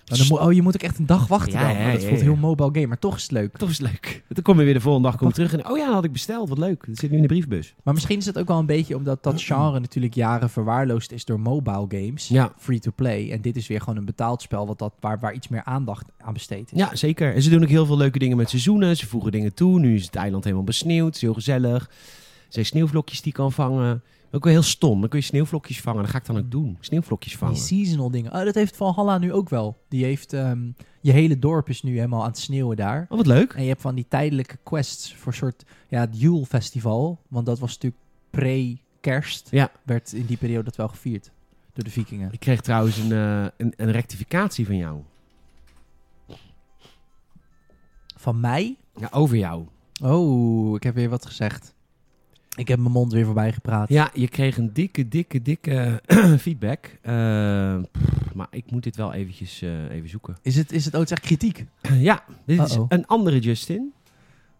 B: Maar dan moet- oh, je moet ook echt een dag wachten
A: Ja,
B: dan.
A: ja,
B: Maar dat
A: ja,
B: voelt
A: ja.
B: heel mobile game, maar toch is het leuk.
A: toch is het leuk. Dan kom je weer de volgende dag kom je terug en oh ja, dat had ik besteld. Wat leuk. Dat zit nu in de briefbus.
B: Maar misschien is het ook wel een beetje omdat dat genre natuurlijk jaren verwaarloosd is door mobile games.
A: Ja.
B: Free-to-play. En dit is weer gewoon een betaald spel wat dat, waar, waar iets meer aandacht aan besteed is.
A: Ja, zeker. En ze doen ook heel veel leuke dingen met seizoenen. Ze voegen dingen toe. Nu is het eiland helemaal besneeuwd. Het is heel gezellig. Er zijn sneeuwvlokjes die je kan vangen. Ook wel heel stom. Dan kun je sneeuwvlokjes vangen. Dat ga ik dan ook doen. Sneeuwvlokjes
B: Die
A: vangen.
B: seasonal dingen. Oh, dat heeft Valhalla nu ook wel. Die heeft... ehm, je hele dorp is nu helemaal aan het sneeuwen daar.
A: Oh, wat leuk.
B: En je hebt van die tijdelijke quests voor soort... Ja, het Yule Festival. Want dat was natuurlijk pre-kerst.
A: Ja.
B: Werd in die periode dat wel gevierd. Door de vikingen.
A: Ik kreeg trouwens een, eh, een, een rectificatie van jou.
B: Van mei
A: Ja, over jou.
B: Oh, ik heb weer wat gezegd. Ik heb mijn mond weer voorbij gepraat.
A: Ja, je kreeg een dikke, dikke, dikke feedback. Eh, pff, maar ik moet dit wel eventjes eh, even zoeken.
B: Is, het, is het ooit echt kritiek?
A: ja, dit is
B: Uh-oh.
A: een andere Justin.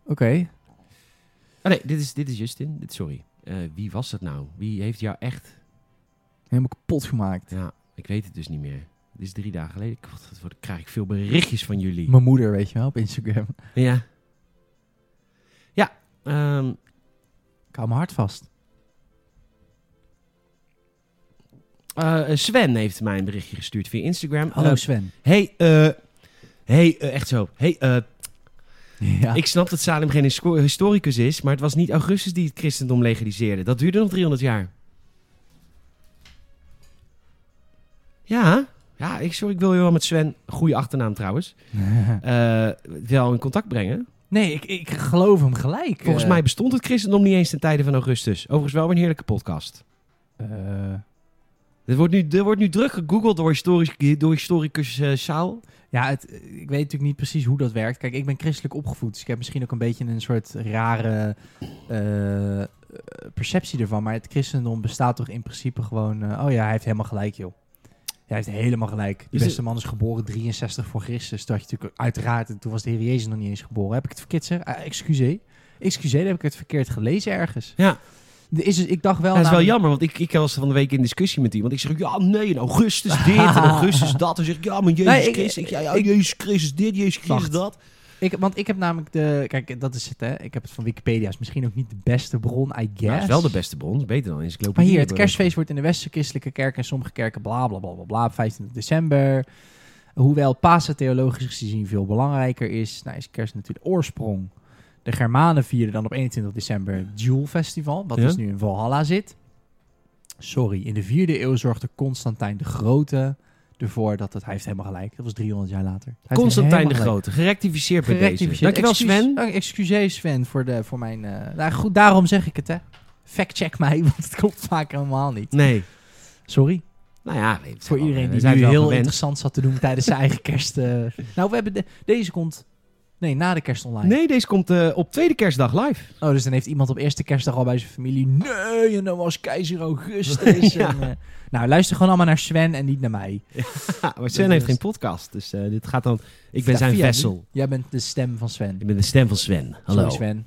B: Oké.
A: Oh nee, dit is, dit is Justin. Dit, sorry. Eh, wie was dat nou? Wie heeft jou echt...
B: Helemaal kapot gemaakt.
A: Ja, ik weet het dus niet meer. Het is drie dagen geleden. Ik, wat, wat krijg ik veel berichtjes van jullie.
B: Mijn moeder, weet je wel, op Instagram.
A: Ja. Ja, ehm,
B: Ik hou mijn hart vast.
A: eh, Sven heeft mij een berichtje gestuurd via Instagram.
B: Hallo
A: Eh,
B: Sven.
A: hey, eh, hey, eh, echt zo. Hey, eh,
B: Ja.
A: Ik snap dat Salem geen hisco- historicus is, maar het was niet Augustus die het christendom legaliseerde. Dat duurde nog 300 jaar. Ja, ja ik, sorry, ik wil je wel met Sven, goede achternaam trouwens, eh, wel in contact brengen.
B: nee, ik, ik geloof hem gelijk.
A: Volgens
B: Eh,
A: mij bestond het christendom niet eens ten tijde van Augustus. Overigens wel weer een heerlijke podcast.
B: eh,
A: Dit wordt nu, dit wordt nu druk gegoogeld door, historisch, door historicus eh Saal.
B: ja, het, ik weet natuurlijk niet precies hoe dat werkt. Kijk, ik ben christelijk opgevoed, dus ik heb misschien ook een beetje een soort rare eh, eh, perceptie ervan. Maar het christendom bestaat toch in principe gewoon... eh, oh ja, hij heeft helemaal gelijk, joh. Hij heeft helemaal gelijk. De
A: Is
B: beste man is geboren 63 voor Christus. Dat je natuurlijk uiteraard, en toen was de Heer Jezus nog niet eens geboren. Heb ik het verkeerd zeg? Ah, excuseer. Excuseer, dan heb ik het verkeerd gelezen ergens.
A: Ja.
B: Er Is, dus, ik dacht wel...
A: dat is wel
B: namelijk-
A: jammer, want ik, ik was van de week in discussie met iemand. Ik zeg, ja, nee, in augustus dit, en augustus dat. Dan zeg ik, ja, maar Jezus
B: Nee, ik-
A: Christus, ik, ja, ja,
B: ik-
A: Jezus Christus dit, Jezus Christus
B: Wacht.
A: dat.
B: Ik, want ik heb namelijk de... Kijk, dat is het, hè. Ik heb het van Wikipedia. is misschien ook niet de beste bron, I guess.
A: Dat Nou, is wel de beste bron, beter dan encyclopedie.
B: Maar hier, het
A: hebben.
B: kerstfeest wordt in de westerse christelijke kerken en sommige kerken bla bla bla bla bla, 25 december. Hoewel Pasen theologisch gezien veel belangrijker is, nou is kerst natuurlijk de oorsprong. De Germanen vierden dan op 21 december het Jule Festival, wat
A: Ja.
B: dus nu in Valhalla zit. Sorry, in de vierde eeuw zorgde Constantijn de Grote ervoor dat het... Hij heeft helemaal gelijk, dat was 300 jaar later. Hij heeft
A: Constantijn de
B: helemaal gelijk.
A: Grote, gerectificeerd bij deze.
B: Gerectificeerd.
A: Dankjewel
B: Excuus-
A: Sven.
B: Dank- Oh, Excuseer Sven voor, de, voor mijn... eh, nou goed, daarom zeg ik het hè. Fact-check mij, want het klopt vaak helemaal niet.
A: Nee,
B: Sorry.
A: nou ja. we-
B: Voor
A: we
B: iedereen die
A: zijn
B: nu
A: wel
B: heel
A: gewend.
B: interessant zat te doen tijdens zijn eigen kerst. eh. Nou, we hebben de- deze komt. Nee, na de kerst online.
A: Nee, deze komt eh, op tweede kerstdag live.
B: Oh, dus dan heeft iemand op eerste kerstdag al bij zijn familie. Nee, en dan was keizer Augustus.
A: Ja.
B: en, eh, nou, luister gewoon allemaal naar Sven en niet naar mij.
A: Ha, maar
B: Dat
A: Sven heeft
B: is-
A: geen podcast, dus eh, dit gaat dan... Ik ben
B: Ja,
A: zijn
B: via
A: vessel.
B: nu. Jij bent de stem van Sven.
A: Ik ben de stem van Sven. Hallo.
B: Sorry, Sven.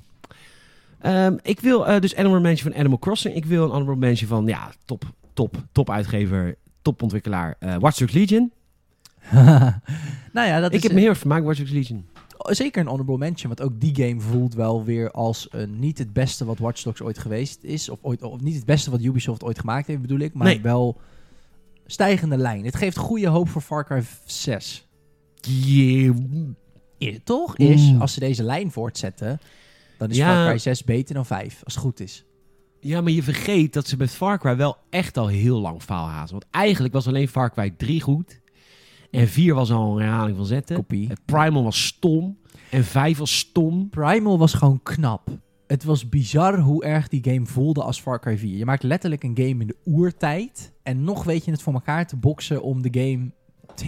A: Ehm, ik wil eh, dus Animal Mansion van Animal Crossing. Ik wil een Animal Mansion van, ja, top, top, top uitgever, top ontwikkelaar. eh Watch Dogs Legion.
B: nou ja, dat
A: ik
B: is
A: heb me heel erg vermaakt, Watch Dogs Legion.
B: eh, zeker een honorable mention. Want ook die game voelt wel weer als een, niet het beste wat Watch Dogs ooit geweest is. Of, ooit, of niet het beste wat Ubisoft ooit gemaakt heeft, bedoel ik. Maar
A: Nee.
B: wel stijgende lijn. Het geeft goede hoop voor Far Cry 6.
A: Yeah.
B: I- toch is,
A: Mm.
B: als ze deze lijn voortzetten, dan is
A: Ja.
B: Far Cry 6 beter dan 5, als het goed is.
A: Ja, maar je vergeet dat ze met Far Cry wel echt al heel lang faalhazen. Want eigenlijk was alleen Far Cry 3 goed. En 4 was al een herhaling van zetten.
B: Kopie.
A: En Primal was stom. En 5 was stom.
B: Primal was gewoon knap. Het was bizar hoe erg die game voelde als Far Cry 4. Je maakt letterlijk een game in de oertijd. En nog weet je het voor elkaar te boksen om de game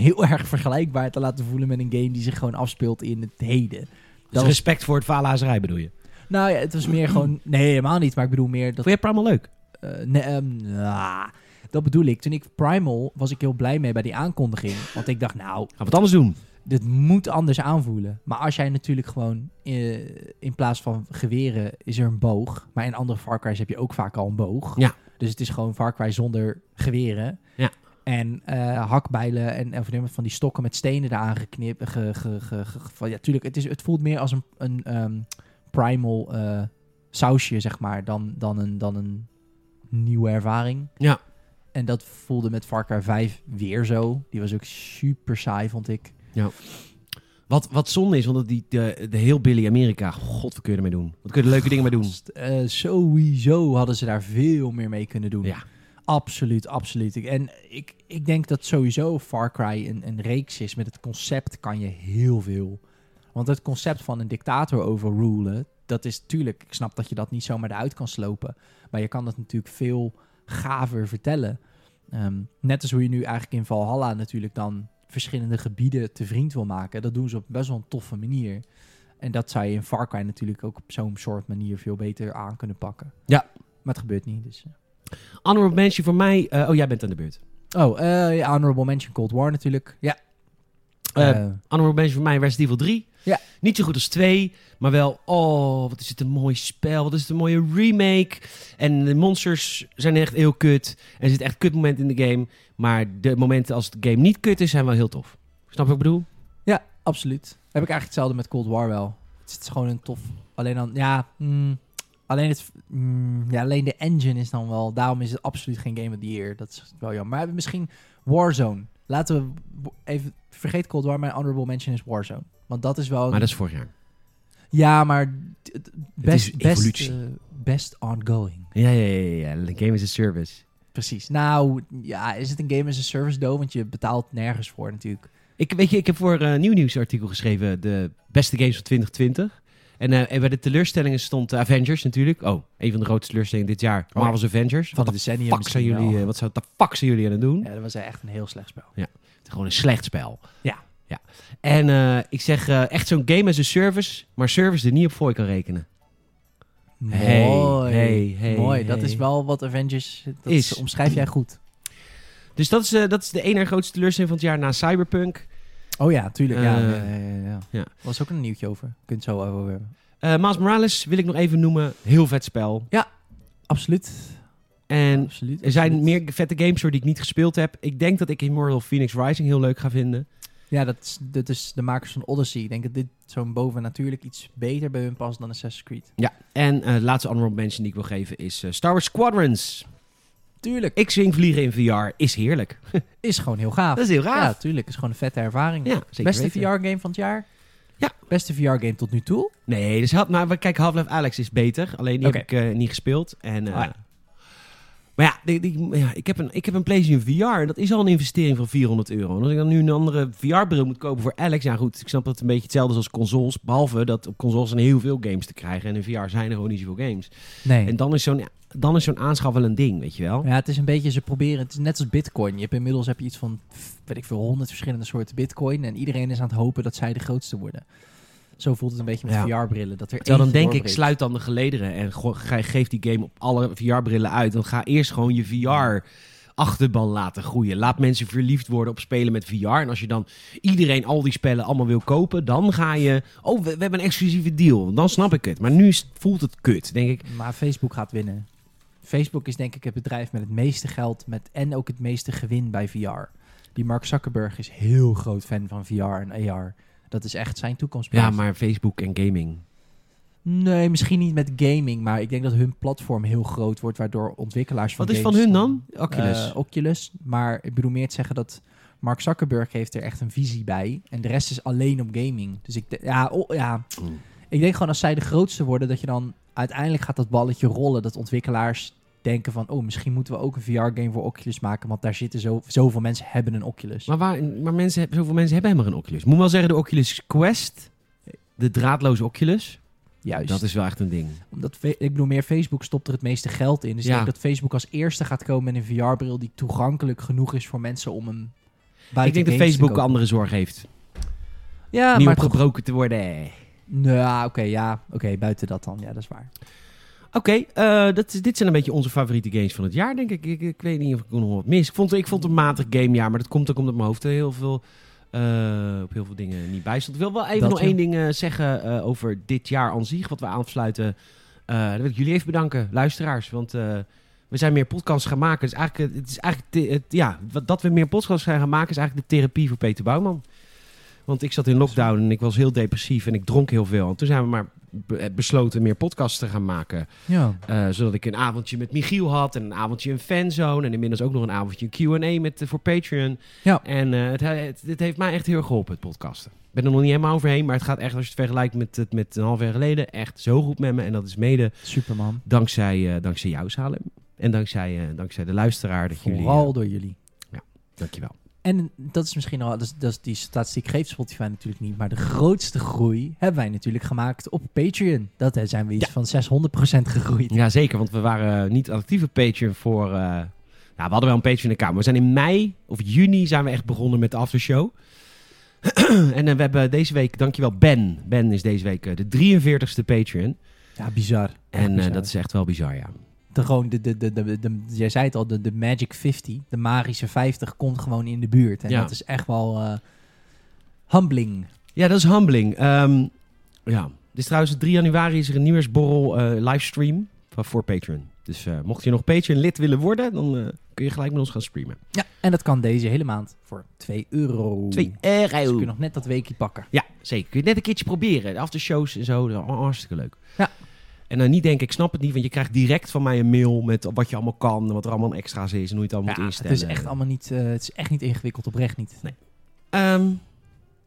B: heel erg vergelijkbaar te laten voelen met een game die zich gewoon afspeelt in het heden.
A: Dus
B: was-
A: respect voor het faalhazerij bedoel je.
B: Nou ja, het was meer gewoon... Nee, helemaal niet. Maar ik bedoel meer dat...
A: Vond je Primal leuk?
B: eh, nee, ehm, nah. dat bedoel ik. Toen ik Primal was ik heel blij mee bij die aankondiging. Want ik dacht, nou,
A: Gaan we het anders doen?
B: dit moet anders aanvoelen. Maar als jij natuurlijk gewoon eh, in plaats van geweren is er een boog. Maar in andere Far Cry's heb je ook vaak al een boog.
A: Ja.
B: Dus het is gewoon Far Cry zonder geweren.
A: Ja.
B: En eh, hakbijlen en, en van die- van die stokken met stenen eraan geknipt. Ge, ge, ge- ge- ge- ja, tuurlijk, het, is, het voelt meer als een, een ehm, primal eh, sausje, zeg maar, dan, dan, een, dan een nieuwe ervaring.
A: Ja.
B: En dat voelde met Far Cry 5 weer zo. Die was ook super saai, vond ik.
A: Wat, wat zonde is, want dat die, de, de heel Billy Amerika, god, wat kun je ermee doen? Wat kun je er leuke dingen mee doen?
B: St- eh, sowieso hadden ze daar veel meer mee kunnen doen.
A: Ja.
B: Absoluut, absoluut. Ik- En ik, ik denk dat sowieso Far Cry een, een reeks is. Met het concept kan je heel veel. Want het concept van een dictator overrulen, dat is tuurlijk... Ik snap dat je dat niet zomaar eruit kan slopen. Maar je kan dat natuurlijk veel gaver vertellen. Ehm, net als hoe je nu eigenlijk in Valhalla natuurlijk dan verschillende gebieden te vriend wil maken. Dat doen ze op best wel een toffe manier. En dat zou je in Far Cry natuurlijk ook op zo'n soort manier veel beter aan kunnen pakken.
A: Ja.
B: Maar het gebeurt niet, dus... eh.
A: Honorable mention voor mij. eh, oh, jij bent aan de beurt.
B: Oh, eh, ja, Honorable Mention Cold War natuurlijk. Ja.
A: Eh,
B: Eh,
A: Honorable mention voor mij Resident Evil 3.
B: Ja.
A: Niet zo goed als 2, maar wel, oh, wat is het een mooi spel. Wat is het een mooie remake. En de monsters zijn echt heel kut. En er zitten echt kutmomenten in de game. Maar de momenten als de game niet kut is, zijn wel heel tof. Snap je wat ik bedoel?
B: ja, absoluut. Heb ik eigenlijk hetzelfde met Cold War wel. Het is gewoon een tof... Alleen dan... Ja, mm, alleen het... mm, ja, alleen de engine is dan wel... Daarom is het absoluut geen Game of the Year. Dat is wel jammer. Maar misschien Warzone. Laten we even... Vergeet Cold War, mijn honorable mention is Warzone. Want dat is wel...
A: Maar dat is vorig jaar.
B: Ja, maar... t- t- Best,
A: is
B: best,
A: evolutie.
B: eh, best ongoing.
A: Ja, ja, ja, ja. De game is a service.
B: Precies. Nou, ja, is het een game as a service doe? Want je betaalt nergens voor natuurlijk.
A: Ik, weet je, ik heb voor een nieuw nieuwsartikel geschreven de beste games van 2020. En, eh, en bij de teleurstellingen stond eh, Avengers natuurlijk. Oh, een van de grootste teleurstellingen dit jaar.
B: Oh.
A: Marvel's Avengers.
B: Van
A: Wat
B: de
A: de
B: decennium
A: fuck zijn
B: misschien
A: jullie,
B: wel.
A: eh, wat zou, de fuck zijn jullie aan het doen?
B: Ja, dat was echt een heel slecht spel.
A: Het is Gewoon een slecht spel.
B: Ja.
A: ja. En eh, ik zeg eh, echt zo'n game as a service, maar service die niet op voor je kan rekenen. Hey,
B: Mooi.
A: hey, hey,
B: Mooi. Dat
A: hey.
B: is wel wat Avengers... Dat
A: Is.
B: is. omschrijf jij goed.
A: Dus dat is, eh, dat is de ene grootste teleurstelling van het jaar na Cyberpunk.
B: Oh ja, tuurlijk. ja,
A: Eh,
B: ja, ja, ja, ja.
A: ja.
B: was ook een nieuwtje over. Kunt zo over hebben.
A: Eh Miles Morales wil ik nog even noemen. Heel vet spel.
B: Absoluut.
A: En
B: Absoluut.
A: Er zijn
B: absoluut.
A: meer vette games hoor, die ik niet gespeeld heb. Ik denk dat ik Immortal Phoenix Rising heel leuk ga vinden.
B: Ja, dat is, dat is de makers van Odyssey. Ik denk dat dit zo'n bovennatuurlijk iets beter bij hun past dan Assassin's Creed.
A: Ja. En eh, de laatste honorable mention die ik wil geven is eh, Star Wars Squadrons.
B: Tuurlijk.
A: X-Wing vliegen in VR is heerlijk.
B: Is gewoon heel gaaf.
A: Dat is heel
B: Ja,
A: raar.
B: tuurlijk. Is gewoon een vette ervaring.
A: Ja, zeker
B: Beste
A: weten.
B: VR-game van het jaar?
A: Ja.
B: Beste VR-game tot nu toe?
A: Nee, dus, Half- maar we- kijk, Half-Life Alex is beter. Alleen die
B: Oké.
A: heb ik eh, niet gespeeld. En, eh,
B: Ah, ja.
A: Maar ja, die- die- ja, ik, heb een, ik heb een PlayStation VR. Dat is al een investering van 400 euro. En als ik dan nu een andere VR-bril moet kopen voor Alex... Ja goed, ik snap dat het een beetje hetzelfde is als consoles. Behalve dat op consoles zijn heel veel games te krijgen. En in VR zijn er gewoon niet zoveel games.
B: Nee.
A: En dan is zo'n dan is zo'n aanschaf wel een ding, weet je wel?
B: ja, het is een beetje, ze proberen, het is net als bitcoin. Je hebt inmiddels heb je iets van, pff, weet ik veel, honderd verschillende soorten bitcoin. En iedereen is aan het hopen dat zij de grootste worden. Zo voelt het een beetje met
A: Ja.
B: VR-brillen. Dat er
A: Terwijl dan
B: eentje
A: denk ik,
B: doorbreekt.
A: sluit dan de gelederen en go- ge- geef die game op alle VR-brillen uit. Dan ga eerst gewoon je VR-achterban laten groeien. Laat mensen verliefd worden op spelen met VR. En als je dan iedereen al die spellen allemaal wil kopen, dan ga je... Oh, we, we hebben een exclusieve deal. Dan snap ik het. Maar nu is- voelt het kut, denk ik.
B: Maar Facebook gaat winnen. Facebook is denk ik het bedrijf met het meeste geld met, en ook het meeste gewin bij VR. Die Mark Zuckerberg is heel groot fan van VR en AR. Dat is echt zijn toekomstplaats.
A: Ja, maar Facebook en gaming.
B: Nee, misschien niet met gaming, maar ik denk dat hun platform heel groot wordt, waardoor ontwikkelaars van
A: Wat is van
B: games
A: hun dan? Oculus.
B: Eh, Oculus. Maar ik bedoel meer te zeggen dat Mark Zuckerberg heeft er echt een visie bij. En de rest is alleen op gaming. Dus ik, de- ja, oh, ja.
A: Mm.
B: ik denk gewoon als zij de grootste worden, dat je dan uiteindelijk gaat dat balletje rollen. Dat ontwikkelaars denken van, oh, misschien moeten we ook een VR-game voor Oculus maken. Want daar zitten zo, zoveel mensen hebben een Oculus.
A: Maar, waar, maar mensen, hebben- zoveel mensen hebben helemaal geen Oculus. Moet wel zeggen, de Oculus Quest, de draadloze Oculus...
B: Juist.
A: Dat is wel echt een ding.
B: Omdat, fe- ik bedoel meer, Facebook stopt er het meeste geld in. Dus
A: Ja.
B: ik denk dat Facebook als eerste gaat komen met een VR-bril die toegankelijk genoeg is voor mensen om hem buiten
A: ik denk dat
B: games te
A: Facebook
B: kopen.
A: andere zorg heeft.
B: Ja,
A: niet
B: maar
A: opgebroken te worden. eh.
B: Nou, oké, ja. Oké, buiten dat dan. Ja, dat is waar.
A: Oké, Oké, eh, dat is- dit zijn een beetje onze favoriete games van het jaar, denk ik. Ik, ik weet niet of ik nog wat mis. Ik vond, ik vond het een matig gamejaar, maar dat komt ook omdat mijn hoofd er heel veel, eh, op heel veel dingen niet bij stond. Ik wil wel even
B: Dat,
A: nog
B: ja.
A: één ding eh, zeggen eh, over dit jaar aan zich, wat we aansluiten. Eh dan wil ik jullie even bedanken, luisteraars, want eh, we zijn meer podcasts gaan maken. Dus eigenlijk, eh, het is eigenlijk the- het, ja, wat, dat we meer podcasts zijn gaan maken is eigenlijk de therapie voor Peter Bouwman. Want ik zat in lockdown en ik was heel depressief en ik dronk heel veel. En toen zijn we maar be- besloten meer podcasts te gaan maken.
B: Ja.
A: Eh, zodat ik een avondje met Michiel had en een avondje in fanzone en inmiddels ook nog een avondje een Q&A met, eh, voor Patreon.
B: Ja.
A: En eh, het, he- het, het heeft mij echt heel erg geholpen, het podcasten. Ik ben er nog niet helemaal overheen, maar het gaat echt, als je het vergelijkt met, het- met een half jaar geleden, echt zo goed met me. En dat is mede
B: Superman.
A: dankzij, eh, dankzij jou, Salem. En dankzij, eh, dankzij de luisteraar dat jullie...
B: Vooral
A: eh,
B: door jullie.
A: dankjewel.
B: En dat is misschien al, dat is, dat is die statistiek geeft Spotify natuurlijk niet, maar de grootste groei hebben wij natuurlijk gemaakt op Patreon. Dat eh, zijn we iets van 600% gegroeid.
A: Ja, zeker, want we waren eh, niet actief op Patreon voor... eh, nou, we hadden wel een Patreon-account. We zijn in mei of juni zijn we echt begonnen met de aftershow. en eh, we hebben deze week, dankjewel Ben. Ben is deze week eh, de 43ste Patreon.
B: Ja, bizar.
A: En eh,
B: bizar.
A: dat is echt wel bizar, ja.
B: De, gewoon de, de, de, de, de- de- jij zei het al, de, de Magic 50, de magische 50, komt gewoon in de buurt. En
A: Ja.
B: dat is echt wel eh, humbling.
A: Ja, dat is humbling. Ehm, ja. Dus trouwens, 3 januari is er een nieuwjaarsborrel eh, livestream van, voor Patreon. Dus eh, mocht je nog Patreon-lid willen worden, dan eh, kun je gelijk met ons gaan streamen.
B: Ja, en dat kan deze hele maand voor 2 euro.
A: 2
B: Dus kun
A: euro.
B: je nog net dat weekje pakken.
A: Ja, zeker. Kun je het net een keertje proberen. De aftershows en zo, dat is hartstikke leuk.
B: Ja.
A: En dan niet denken, ik snap het niet, want je krijgt direct van mij een mail met wat je allemaal kan, en wat er allemaal aan extra's is en hoe je het allemaal
B: Ja,
A: moet
B: het
A: instellen.
B: is echt allemaal niet, eh, het is echt niet ingewikkeld, oprecht niet.
A: Ehm,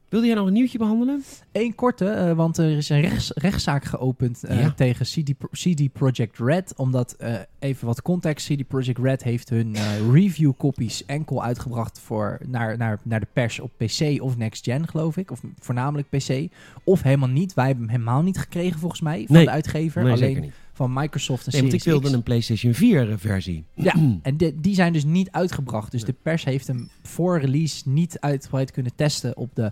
A: wilde jij nog een nieuwtje behandelen?
B: Eén korte, eh, want er is een rechts- rechtszaak geopend eh,
A: Ja.
B: tegen CD, Pro- CD Projekt Red. Omdat, eh, even wat context, CD Projekt Red heeft hun eh review copies enkel uitgebracht voor, naar, naar, naar de pers op PC of Next Gen, geloof ik. Of voornamelijk PC. Of helemaal niet. Wij hebben hem helemaal niet gekregen, volgens mij, van
A: Nee.
B: de uitgever.
A: nee,
B: alleen
A: zeker niet.
B: van Microsoft en
A: Nee, want ik
B: Series
A: wilde
B: X.
A: een PlayStation 4-versie.
B: En de- die zijn dus niet uitgebracht. Dus de pers heeft hem voor release niet uitgebreid kunnen testen op de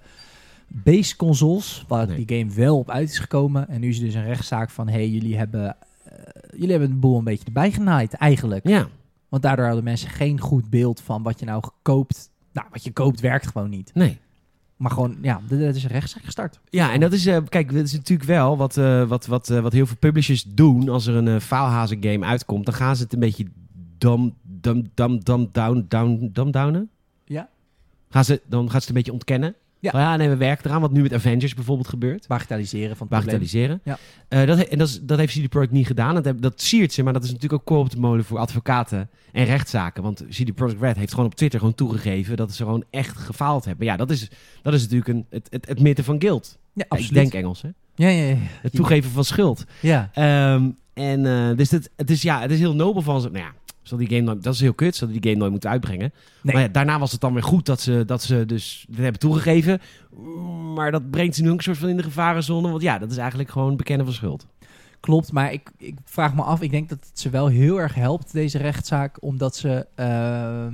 B: base consoles. Waar
A: Nee.
B: die game wel op uit is gekomen. En nu is er dus een rechtszaak van: hey, jullie hebben. eh, Jullie hebben een boel een beetje erbij genaaid, eigenlijk.
A: Ja,
B: Want daardoor hadden mensen geen goed beeld van wat je nou koopt. Nou, wat je koopt werkt gewoon niet.
A: nee.
B: Maar gewoon, ja, d- dat is een rechtszaak gestart.
A: Ja, en dat is, eh, kijk, dat is natuurlijk wel wat, eh, wat, wat, eh, wat heel veel publishers doen als er een eh, faalhazen game uitkomt. Dan gaan ze het een beetje dam, dam, dam, dam, down, down, dam, downen.
B: Ja.
A: Gaan ze, dan gaan ze het een beetje ontkennen.
B: Ja.
A: Van, ja, nee, we werken eraan. Wat nu met Avengers bijvoorbeeld gebeurt.
B: Bagatelliseren van het probleem.
A: Bagatelliseren.
B: Ja.
A: Eh, dat, he- en dat, is- dat heeft CD Projekt niet gedaan. Dat, heb- dat siert ze, maar dat is natuurlijk ook kool op de molen voor advocaten en rechtszaken. Want CD Projekt Red heeft gewoon op Twitter gewoon toegegeven dat ze gewoon echt gefaald hebben. Ja, dat is, dat is natuurlijk een, het, het, het midden van guilt.
B: Ja,
A: Ja,
B: absoluut.
A: ik denk Engels, hè?
B: Ja, ja, ja.
A: Het toegeven van schuld.
B: ja.
A: Ehm, en eh, dus het, het, is, ja, het is heel nobel van ze. Nou ja, zal die game nooit, dat is heel kut. Ze hadden die game nooit moeten uitbrengen.
B: Nee.
A: Maar ja, daarna was het dan weer goed dat ze, dat ze dus dit hebben toegegeven. Maar dat brengt ze nu ook een soort van in de gevarenzone. Want ja, dat is eigenlijk gewoon bekennen van schuld.
B: Klopt, maar ik, ik vraag me af. Ik denk dat het ze wel heel erg helpt, deze rechtszaak. Omdat ze ehm,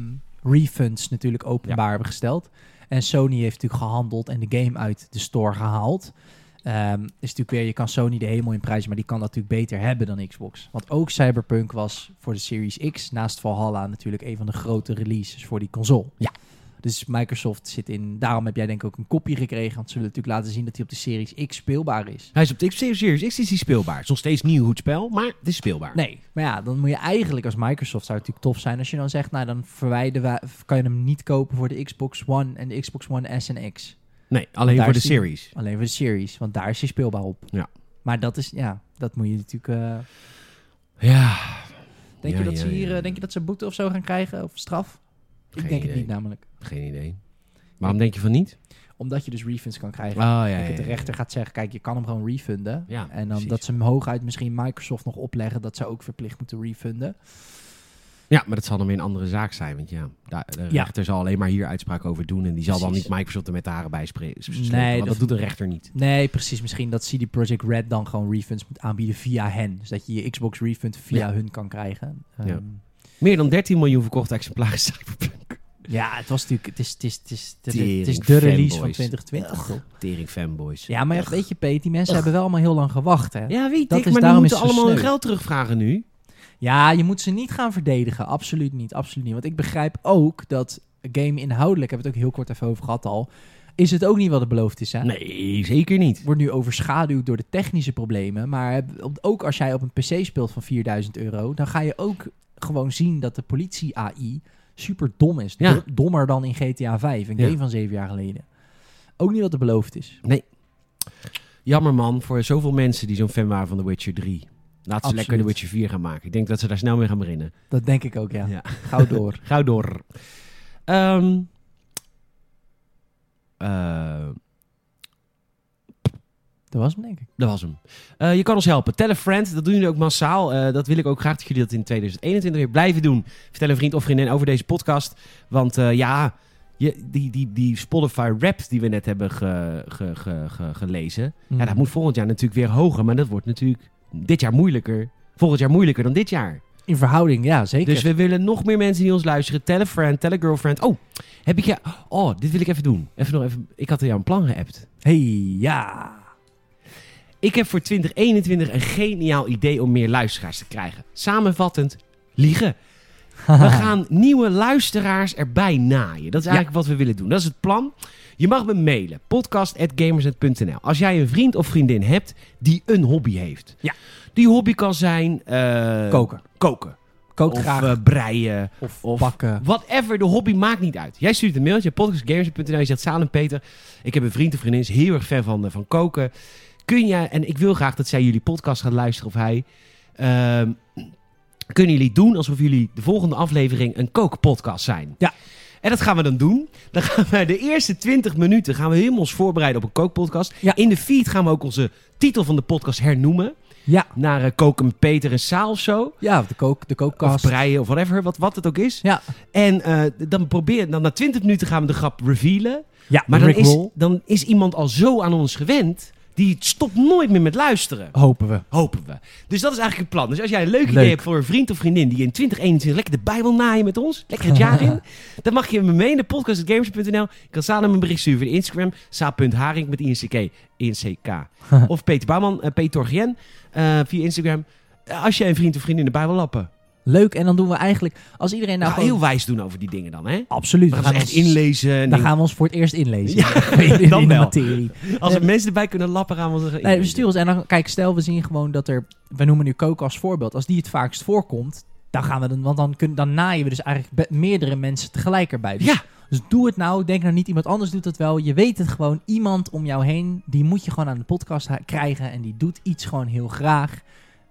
B: refunds natuurlijk openbaar hebben gesteld. En Sony heeft natuurlijk gehandeld en de game uit de store gehaald. Ehm, is natuurlijk weer, je kan Sony de hemel in prijzen, maar die kan dat natuurlijk beter hebben dan Xbox. Want ook Cyberpunk was voor de Series X, naast Valhalla natuurlijk een van de grote releases voor die console.
A: Ja.
B: Dus Microsoft zit in, daarom heb jij denk ik ook een kopie gekregen. Want ze willen natuurlijk laten zien dat hij op de Series X speelbaar is.
A: Hij is op de Xbox Series X is die speelbaar. Het is nog steeds niet een goed spel, maar het is speelbaar.
B: Nee, maar ja, dan moet je eigenlijk als Microsoft zou het natuurlijk tof zijn als je dan zegt, nou dan verwijderen we, kan je hem niet kopen voor de Xbox One en de Xbox One S en X.
A: Nee, alleen
B: Daar
A: voor de
B: is die-
A: series.
B: Alleen voor de Series, want daar is hij speelbaar op.
A: Ja.
B: Maar dat is, ja, dat moet je natuurlijk. eh,
A: Ja,
B: denk
A: Ja,
B: je dat
A: ja,
B: ze hier,
A: ja,
B: eh,
A: ja.
B: denk je dat ze boete of zo gaan krijgen of straf?
A: Geen
B: ik denk
A: idee.
B: het niet namelijk,
A: geen idee. Waarom denk je van niet?
B: omdat je dus refunds kan
A: Oh
B: krijgen.
A: ja, ja,
B: Ik
A: ja,
B: de
A: ja.
B: rechter gaat zeggen, kijk, je kan hem gewoon refunden.
A: Ja,
B: en dan
A: precies.
B: dat ze hem hooguit misschien Microsoft nog opleggen dat ze ook verplicht moeten refunden.
A: Ja, maar dat zal dan weer een andere zaak zijn. Want ja, daar- de
B: Ja.
A: rechter zal alleen maar hier uitspraak over doen. En die zal dan
B: Precies.
A: niet Microsoft er met de haren bij spre- s-
B: Nee,
A: slepen, want dat,
B: dat-
A: doet de rechter niet.
B: Nee, precies. Misschien dat CD Projekt Red dan gewoon refunds moet aanbieden via hen. Dus dat je je Xbox refund via hun kan krijgen. Ehm,
A: Ja. Meer dan 13 miljoen verkochte exemplaren Cyberpunk.
B: Ja, het was natuurlijk... Het is, het is, het is, de,
A: Tering
B: het is de release van
A: fanboys.
B: 2020, toch?
A: Tering fanboys.
B: Ja, maar ja, weet je, Peet, die mensen hebben wel allemaal heel lang gewacht, hè?
A: Ja, weet
B: Dat
A: ik,
B: is-
A: maar die
B: daarom is
A: moeten
B: het zo
A: allemaal hun
B: sneu.
A: geld terugvragen nu.
B: Ja, je moet ze niet gaan verdedigen. Absoluut niet, absoluut niet. Want ik begrijp ook dat game inhoudelijk, hebben we het ook heel kort even over gehad al, is het ook niet wat het beloofd is, hè?
A: Nee, zeker niet.
B: Wordt nu overschaduwd door de technische problemen. Maar heb- ook als jij op een PC speelt van 4000 euro, dan ga je ook gewoon zien dat de politie AI super dom is.
A: Ja.
B: Do- Dommer dan in GTA 5, een
A: Ja.
B: game van zeven jaar geleden. Ook niet wat het beloofd is.
A: Jammer man, voor zoveel mensen die zo'n fan waren van The Witcher 3. Laat ze
B: Absoluut.
A: lekker The Witcher 4 gaan maken. Ik denk dat ze daar snel mee gaan beginnen.
B: Dat denk ik ook, ja.
A: Ja.
B: Gauw door.
A: Gauw door. Ehm, eh,
B: Dat was hem, denk ik.
A: dat was hem. Eh, je kan ons helpen. Tell a friend. Dat doen jullie ook massaal. Eh, dat wil ik ook graag dat jullie dat in 2021 weer blijven doen. Vertel een vriend of vriendin over deze podcast. Want eh, ja, je, die, die, die Spotify rap die we net hebben ge- ge- ge- ge- gelezen. Ja,
B: Hmm.
A: dat moet volgend jaar natuurlijk weer hoger. Maar dat wordt natuurlijk dit jaar moeilijker. Volgend jaar moeilijker dan dit jaar.
B: In verhouding, ja, zeker.
A: Dus we willen nog meer mensen die ons luisteren. Tell a friend, tell a girlfriend. Oh, heb ik je... Oh, dit wil ik even doen. Even nog even... Ik had jou een plan geappt.
B: Hey, ja.
A: Ik heb voor 2021 een geniaal idee om meer luisteraars te krijgen. Samenvattend, liegen. We gaan nieuwe luisteraars erbij naaien. Dat is eigenlijk wat we willen doen. Dat is het plan. Je mag me mailen. podcast.gamersnet.nl Als jij een vriend of vriendin hebt die een hobby heeft.
B: Ja.
A: Die hobby kan zijn... eh,
B: Koken.
A: Koken.
B: Kookt
A: Of
B: graag.
A: eh, breien.
B: of,
A: of-
B: bakken.
A: Whatever, de hobby maakt niet uit. Jij stuurt een mailtje, podcastgamers.nl. Je zegt, Saan en Peter, ik heb een vriend of vriendin, is heel erg fan van, eh, van koken. Kun jij, en ik wil graag dat zij jullie podcast gaat luisteren of hij. Ehm, kunnen jullie doen alsof jullie de volgende aflevering een kookpodcast zijn?
B: Ja.
A: En dat gaan we dan doen. Dan gaan we de eerste 20 minuten gaan we helemaal ons voorbereiden op een kookpodcast.
B: Ja.
A: In de feed gaan we ook onze titel van de podcast hernoemen.
B: Ja.
A: Naar eh, Koken met Peter en Saal of zo.
B: Ja, de, kook, de
A: Of
B: kookkast.
A: breien of whatever, wat, wat het ook is.
B: Ja.
A: En eh, dan probeer, dan na 20 minuten gaan we de grap revealen.
B: Ja,
A: Maar dan is,
B: Rickroll.
A: dan is iemand al zo aan ons gewend, die stopt nooit meer met luisteren.
B: Hopen we.
A: Hopen we. Dus dat is eigenlijk het plan. Dus als jij een leuk, idee
B: Leuk.
A: hebt voor een vriend of vriendin die in 2021 lekker de Bijbel naaien met ons, lekker het jaar in, dan mag je me mee in de podcast at gamers.nl. Ik kan Salem een bericht sturen via Instagram, sa.haring met INCK, INCK. Of Peter Bouwman, eh, Peter Torgien eh, via Instagram. Eh, Als jij een vriend of vriendin de Bijbel lappen.
B: Leuk. En dan doen we eigenlijk, als iedereen nou,
A: Nou,
B: gewoon-
A: heel wijs doen over die dingen dan, hè?
B: Absoluut.
A: We gaan ze echt
B: ons-
A: inlezen. en
B: Dan
A: dingen.
B: gaan we ons voor het eerst inlezen.
A: Ja,
B: in, in
A: dan
B: de
A: wel.
B: materie.
A: Als er mensen erbij kunnen lappen, gaan we zeggen.
B: Nee, we sturen ons. En dan, kijk, stel we zien gewoon dat er, we noemen nu kook als voorbeeld. Als die het vaakst voorkomt, dan gaan we dan, want dan, kun, dan naaien we dus eigenlijk be- meerdere mensen tegelijk erbij. Dus,
A: Ja.
B: dus doe het nou. Denk nou niet, iemand anders doet het wel. Je weet het gewoon. Iemand om jou heen, die moet je gewoon aan de podcast ha- krijgen. En die doet iets gewoon heel graag.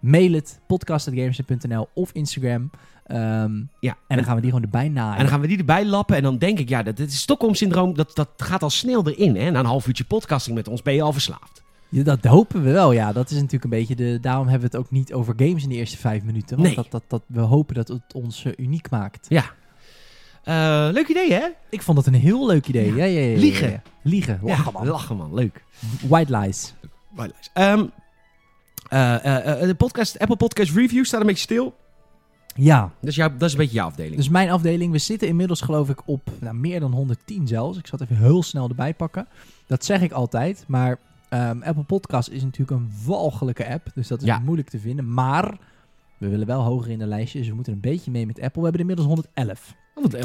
B: Mail het, podcast.gamers.nl of Instagram. Ehm,
A: Ja.
B: en dan gaan we die gewoon erbij
A: En
B: naaien.
A: dan gaan we die erbij lappen. En dan denk ik, ja, dat, dat is Stockholm-syndroom. Dat, dat gaat al snel erin. Hè? Na een half uurtje podcasting met ons ben je al verslaafd.
B: Ja, dat hopen we wel, ja. Dat is natuurlijk een beetje de... Daarom hebben we het ook niet over games in de eerste vijf minuten. Want
A: Nee.
B: dat, dat, dat, we hopen dat het ons eh, uniek maakt.
A: Ja. Eh, leuk idee, hè?
B: Ik vond dat een heel leuk idee. Ja, ja, ja, ja, ja.
A: Liegen.
B: Liegen. Lachen,
A: ja,
B: man.
A: Lachen, man. Leuk.
B: White lies.
A: Ehm, eh, eh, eh, de podcast, Apple Podcast Review staat een beetje stil.
B: Ja.
A: Dat is, jouw, dat is een beetje jouw afdeling.
B: Dus mijn afdeling, we zitten inmiddels geloof ik op nou, meer dan 110 zelfs. Ik zal het even heel snel erbij pakken. Dat zeg ik altijd, maar ehm, Apple Podcast is natuurlijk een walgelijke app. Dus dat is
A: Ja.
B: moeilijk te vinden. Maar we willen wel hoger in de lijstje, dus we moeten een beetje mee met Apple. We hebben er inmiddels 111.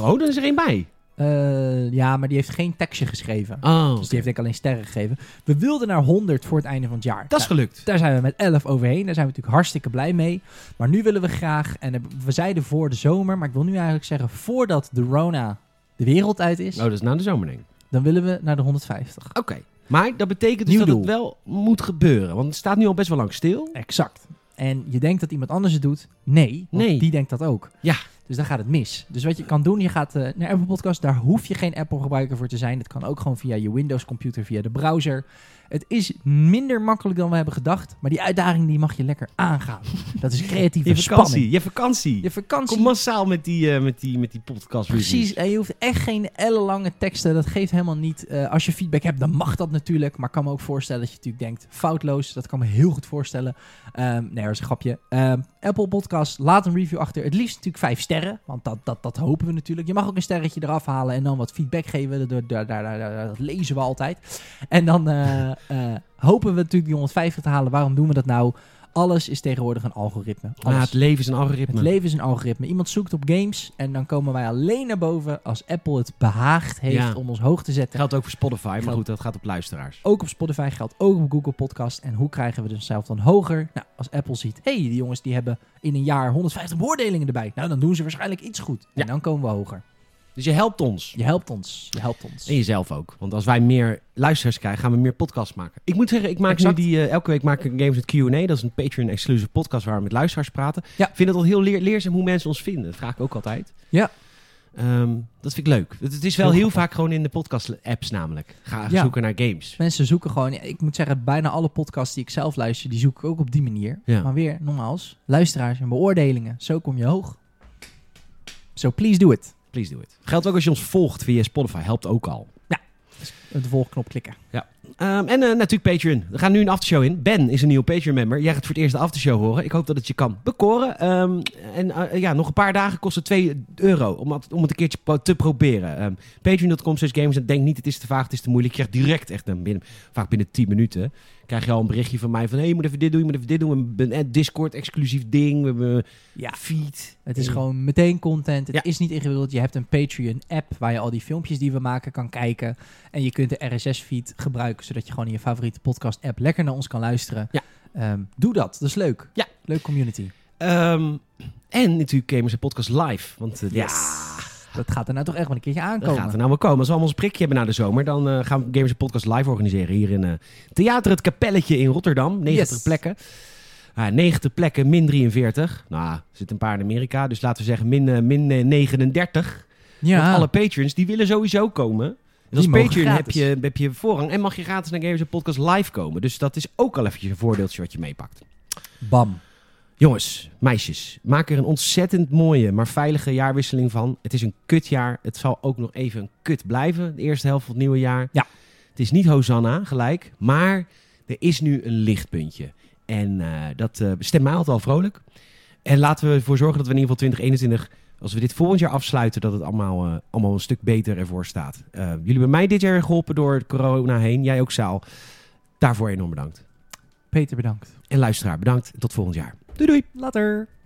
A: oh, dan is er één bij.
B: Eh, ja, maar die heeft geen tekstje geschreven.
A: Oh,
B: Dus die heeft denk ik alleen sterren gegeven. We wilden naar 100 voor het einde van het jaar.
A: dat is gelukt.
B: Daar zijn we met 11 overheen. Daar zijn we natuurlijk hartstikke blij mee. Maar nu willen we graag, en heb- we zeiden voor de zomer, maar ik wil nu eigenlijk zeggen voordat de Rona de wereld uit is,
A: Oh, dat is na de zomerding.
B: dan willen we naar de 150.
A: Oké. Maar dat betekent dus
B: Nieuw
A: dat het
B: doel.
A: wel moet gebeuren. Want het staat nu al best wel lang stil.
B: Exact. En je denkt dat iemand anders het doet? Nee, want
A: Nee.
B: die denkt dat ook.
A: Ja.
B: Dus dan gaat het mis. Dus wat je kan doen, je gaat eh, naar Apple Podcast. Daar hoef je geen Apple gebruiker voor te zijn. Dat kan ook gewoon via je Windows computer, via de browser. Het is minder makkelijk dan we hebben gedacht. Maar die uitdaging die mag je lekker aangaan. Dat is creatieve
A: Je
B: spanning.
A: vakantie, je vakantie.
B: Je vakantie.
A: Kom massaal met die, eh, met die, met die podcast reviews.
B: Precies, en je hoeft echt geen ellenlange teksten. Dat geeft helemaal niet. Eh, als je feedback hebt, dan mag dat natuurlijk. Maar ik kan me ook voorstellen dat je natuurlijk denkt, foutloos. Dat kan me heel goed voorstellen. Ehm, nee, dat is een grapje. Ehm, Apple Podcast, laat een review achter. Het liefst natuurlijk vijf sterren, want dat, dat, dat hopen we natuurlijk. Je mag ook een sterretje eraf halen en dan wat feedback geven. Dat, dat, dat- dat- dat- dat lezen we altijd. En dan eh, eh, hopen we natuurlijk die 150 te halen. Waarom doen we dat nou? Alles is tegenwoordig een algoritme.
A: Ah,
B: Alles.
A: het leven is een algoritme.
B: Het leven is een algoritme. Iemand zoekt op games en dan komen wij alleen naar boven als Apple het behaagd heeft
A: Ja.
B: om ons hoog te zetten.
A: geldt ook voor Spotify, maar
B: Geldt-
A: goed, dat gaat op luisteraars.
B: Ook op Spotify geldt, ook op Google Podcast. En hoe krijgen we dus onszelf dan hoger? Nou, als Apple ziet, hé, hey, die jongens die hebben in een jaar 150 beoordelingen erbij. Nou, dan doen ze waarschijnlijk iets goed.
A: Ja.
B: En dan komen we hoger.
A: Dus je helpt ons.
B: Je helpt ons. Je helpt ons.
A: En jezelf ook. Want als wij meer luisteraars krijgen, gaan we meer podcasts maken. Ik moet zeggen, ik maak
B: Exact.
A: nu die, eh, elke week maak ik een Games with Q&A. Dat is een Patreon-exclusive podcast waar we met luisteraars praten.
B: Ja.
A: Ik vind het al heel leer- leerzaam hoe mensen ons vinden. Dat vraag ik ook altijd.
B: Ja.
A: Ehm, dat vind ik leuk. Het, het is wel
B: Heel
A: heel,
B: grappig.
A: vaak gewoon in de podcast-apps namelijk. Ga
B: Ja.
A: zoeken naar games.
B: Mensen zoeken gewoon, ik moet zeggen, bijna alle podcasts die ik zelf luister, die zoek ik ook op die manier.
A: Ja.
B: Maar weer, nogmaals, luisteraars en beoordelingen. Zo kom je hoog. So please do it.
A: Please do it. Geldt ook als je ons volgt via Spotify. Helpt ook al.
B: De volgknop klikken.
A: Ehm, en eh, natuurlijk Patreon. We gaan nu een aftershow in. Ben is een nieuwe Patreon-member. Jij gaat voor het eerst de aftershow horen. Ik hoop dat het je kan bekoren. Ehm, en eh, ja, nog een paar dagen kost het 2 euro om, het- om het een keertje po- te proberen. Ehm, Patreon.com slash games. En denk niet, het is te vaag, het is te moeilijk. Je krijgt direct echt een binnen, vaak binnen 10 minuten. Krijg je al een berichtje van mij van... Hé, hey, je moet even dit doen, je moet even dit doen. We hebben een Discord-exclusief ding. We hebben een
B: Ja.
A: feed.
B: Het is
A: Ja.
B: gewoon meteen content. Het
A: Mm. Ja.
B: is niet ingewikkeld. Je hebt een Patreon-app waar je al die filmpjes die we maken kan kijken. En je kunt de RSS-feed gebruiken, zodat je gewoon in je favoriete podcast-app lekker naar ons kan luisteren.
A: Ja.
B: Ehm, doe dat. Dat is leuk.
A: Ja.
B: Leuk community.
A: Ehm, en natuurlijk Gamers en Podcast live. Want eh, ja,
B: Dat gaat er nou toch echt wel een keertje
A: Dat
B: aankomen.
A: gaat er nou wel komen. Als we allemaal ons prikje hebben na de zomer, dan eh, gaan we Gamers Podcast live organiseren hier in eh, Theater Het Kapelletje in Rotterdam. 90
B: Yes.
A: plekken. Ah, 90 plekken, min 43. Nou, er zitten een paar in Amerika, dus laten we zeggen min, eh, min eh, 39. Want
B: ja.
A: alle patrons, die willen sowieso komen. En
B: Die
A: als
B: mogen
A: patron heb
B: gratis.
A: je, heb je voorrang en mag je gratis naar Gamers Podcast live komen. Dus dat is ook al eventjes een voordeeltje wat je meepakt.
B: Bam.
A: Jongens, meisjes, maak er een ontzettend mooie, maar veilige jaarwisseling van. Het is een kutjaar. Het zal ook nog even een kut blijven, de eerste helft van het nieuwe jaar.
B: Ja.
A: Het is niet Hosanna, gelijk. Maar er is nu een lichtpuntje. En eh, dat eh, stemt mij altijd al vrolijk. En laten we ervoor zorgen dat we in ieder geval 2021, als we dit volgend jaar afsluiten, dat het allemaal, eh, allemaal een stuk beter ervoor staat. Eh, jullie hebben mij dit jaar geholpen door corona heen. Jij ook, Saal. Daarvoor enorm bedankt.
B: Peter, bedankt.
A: En luisteraar, bedankt. Tot volgend jaar. Doei doei.
B: Later.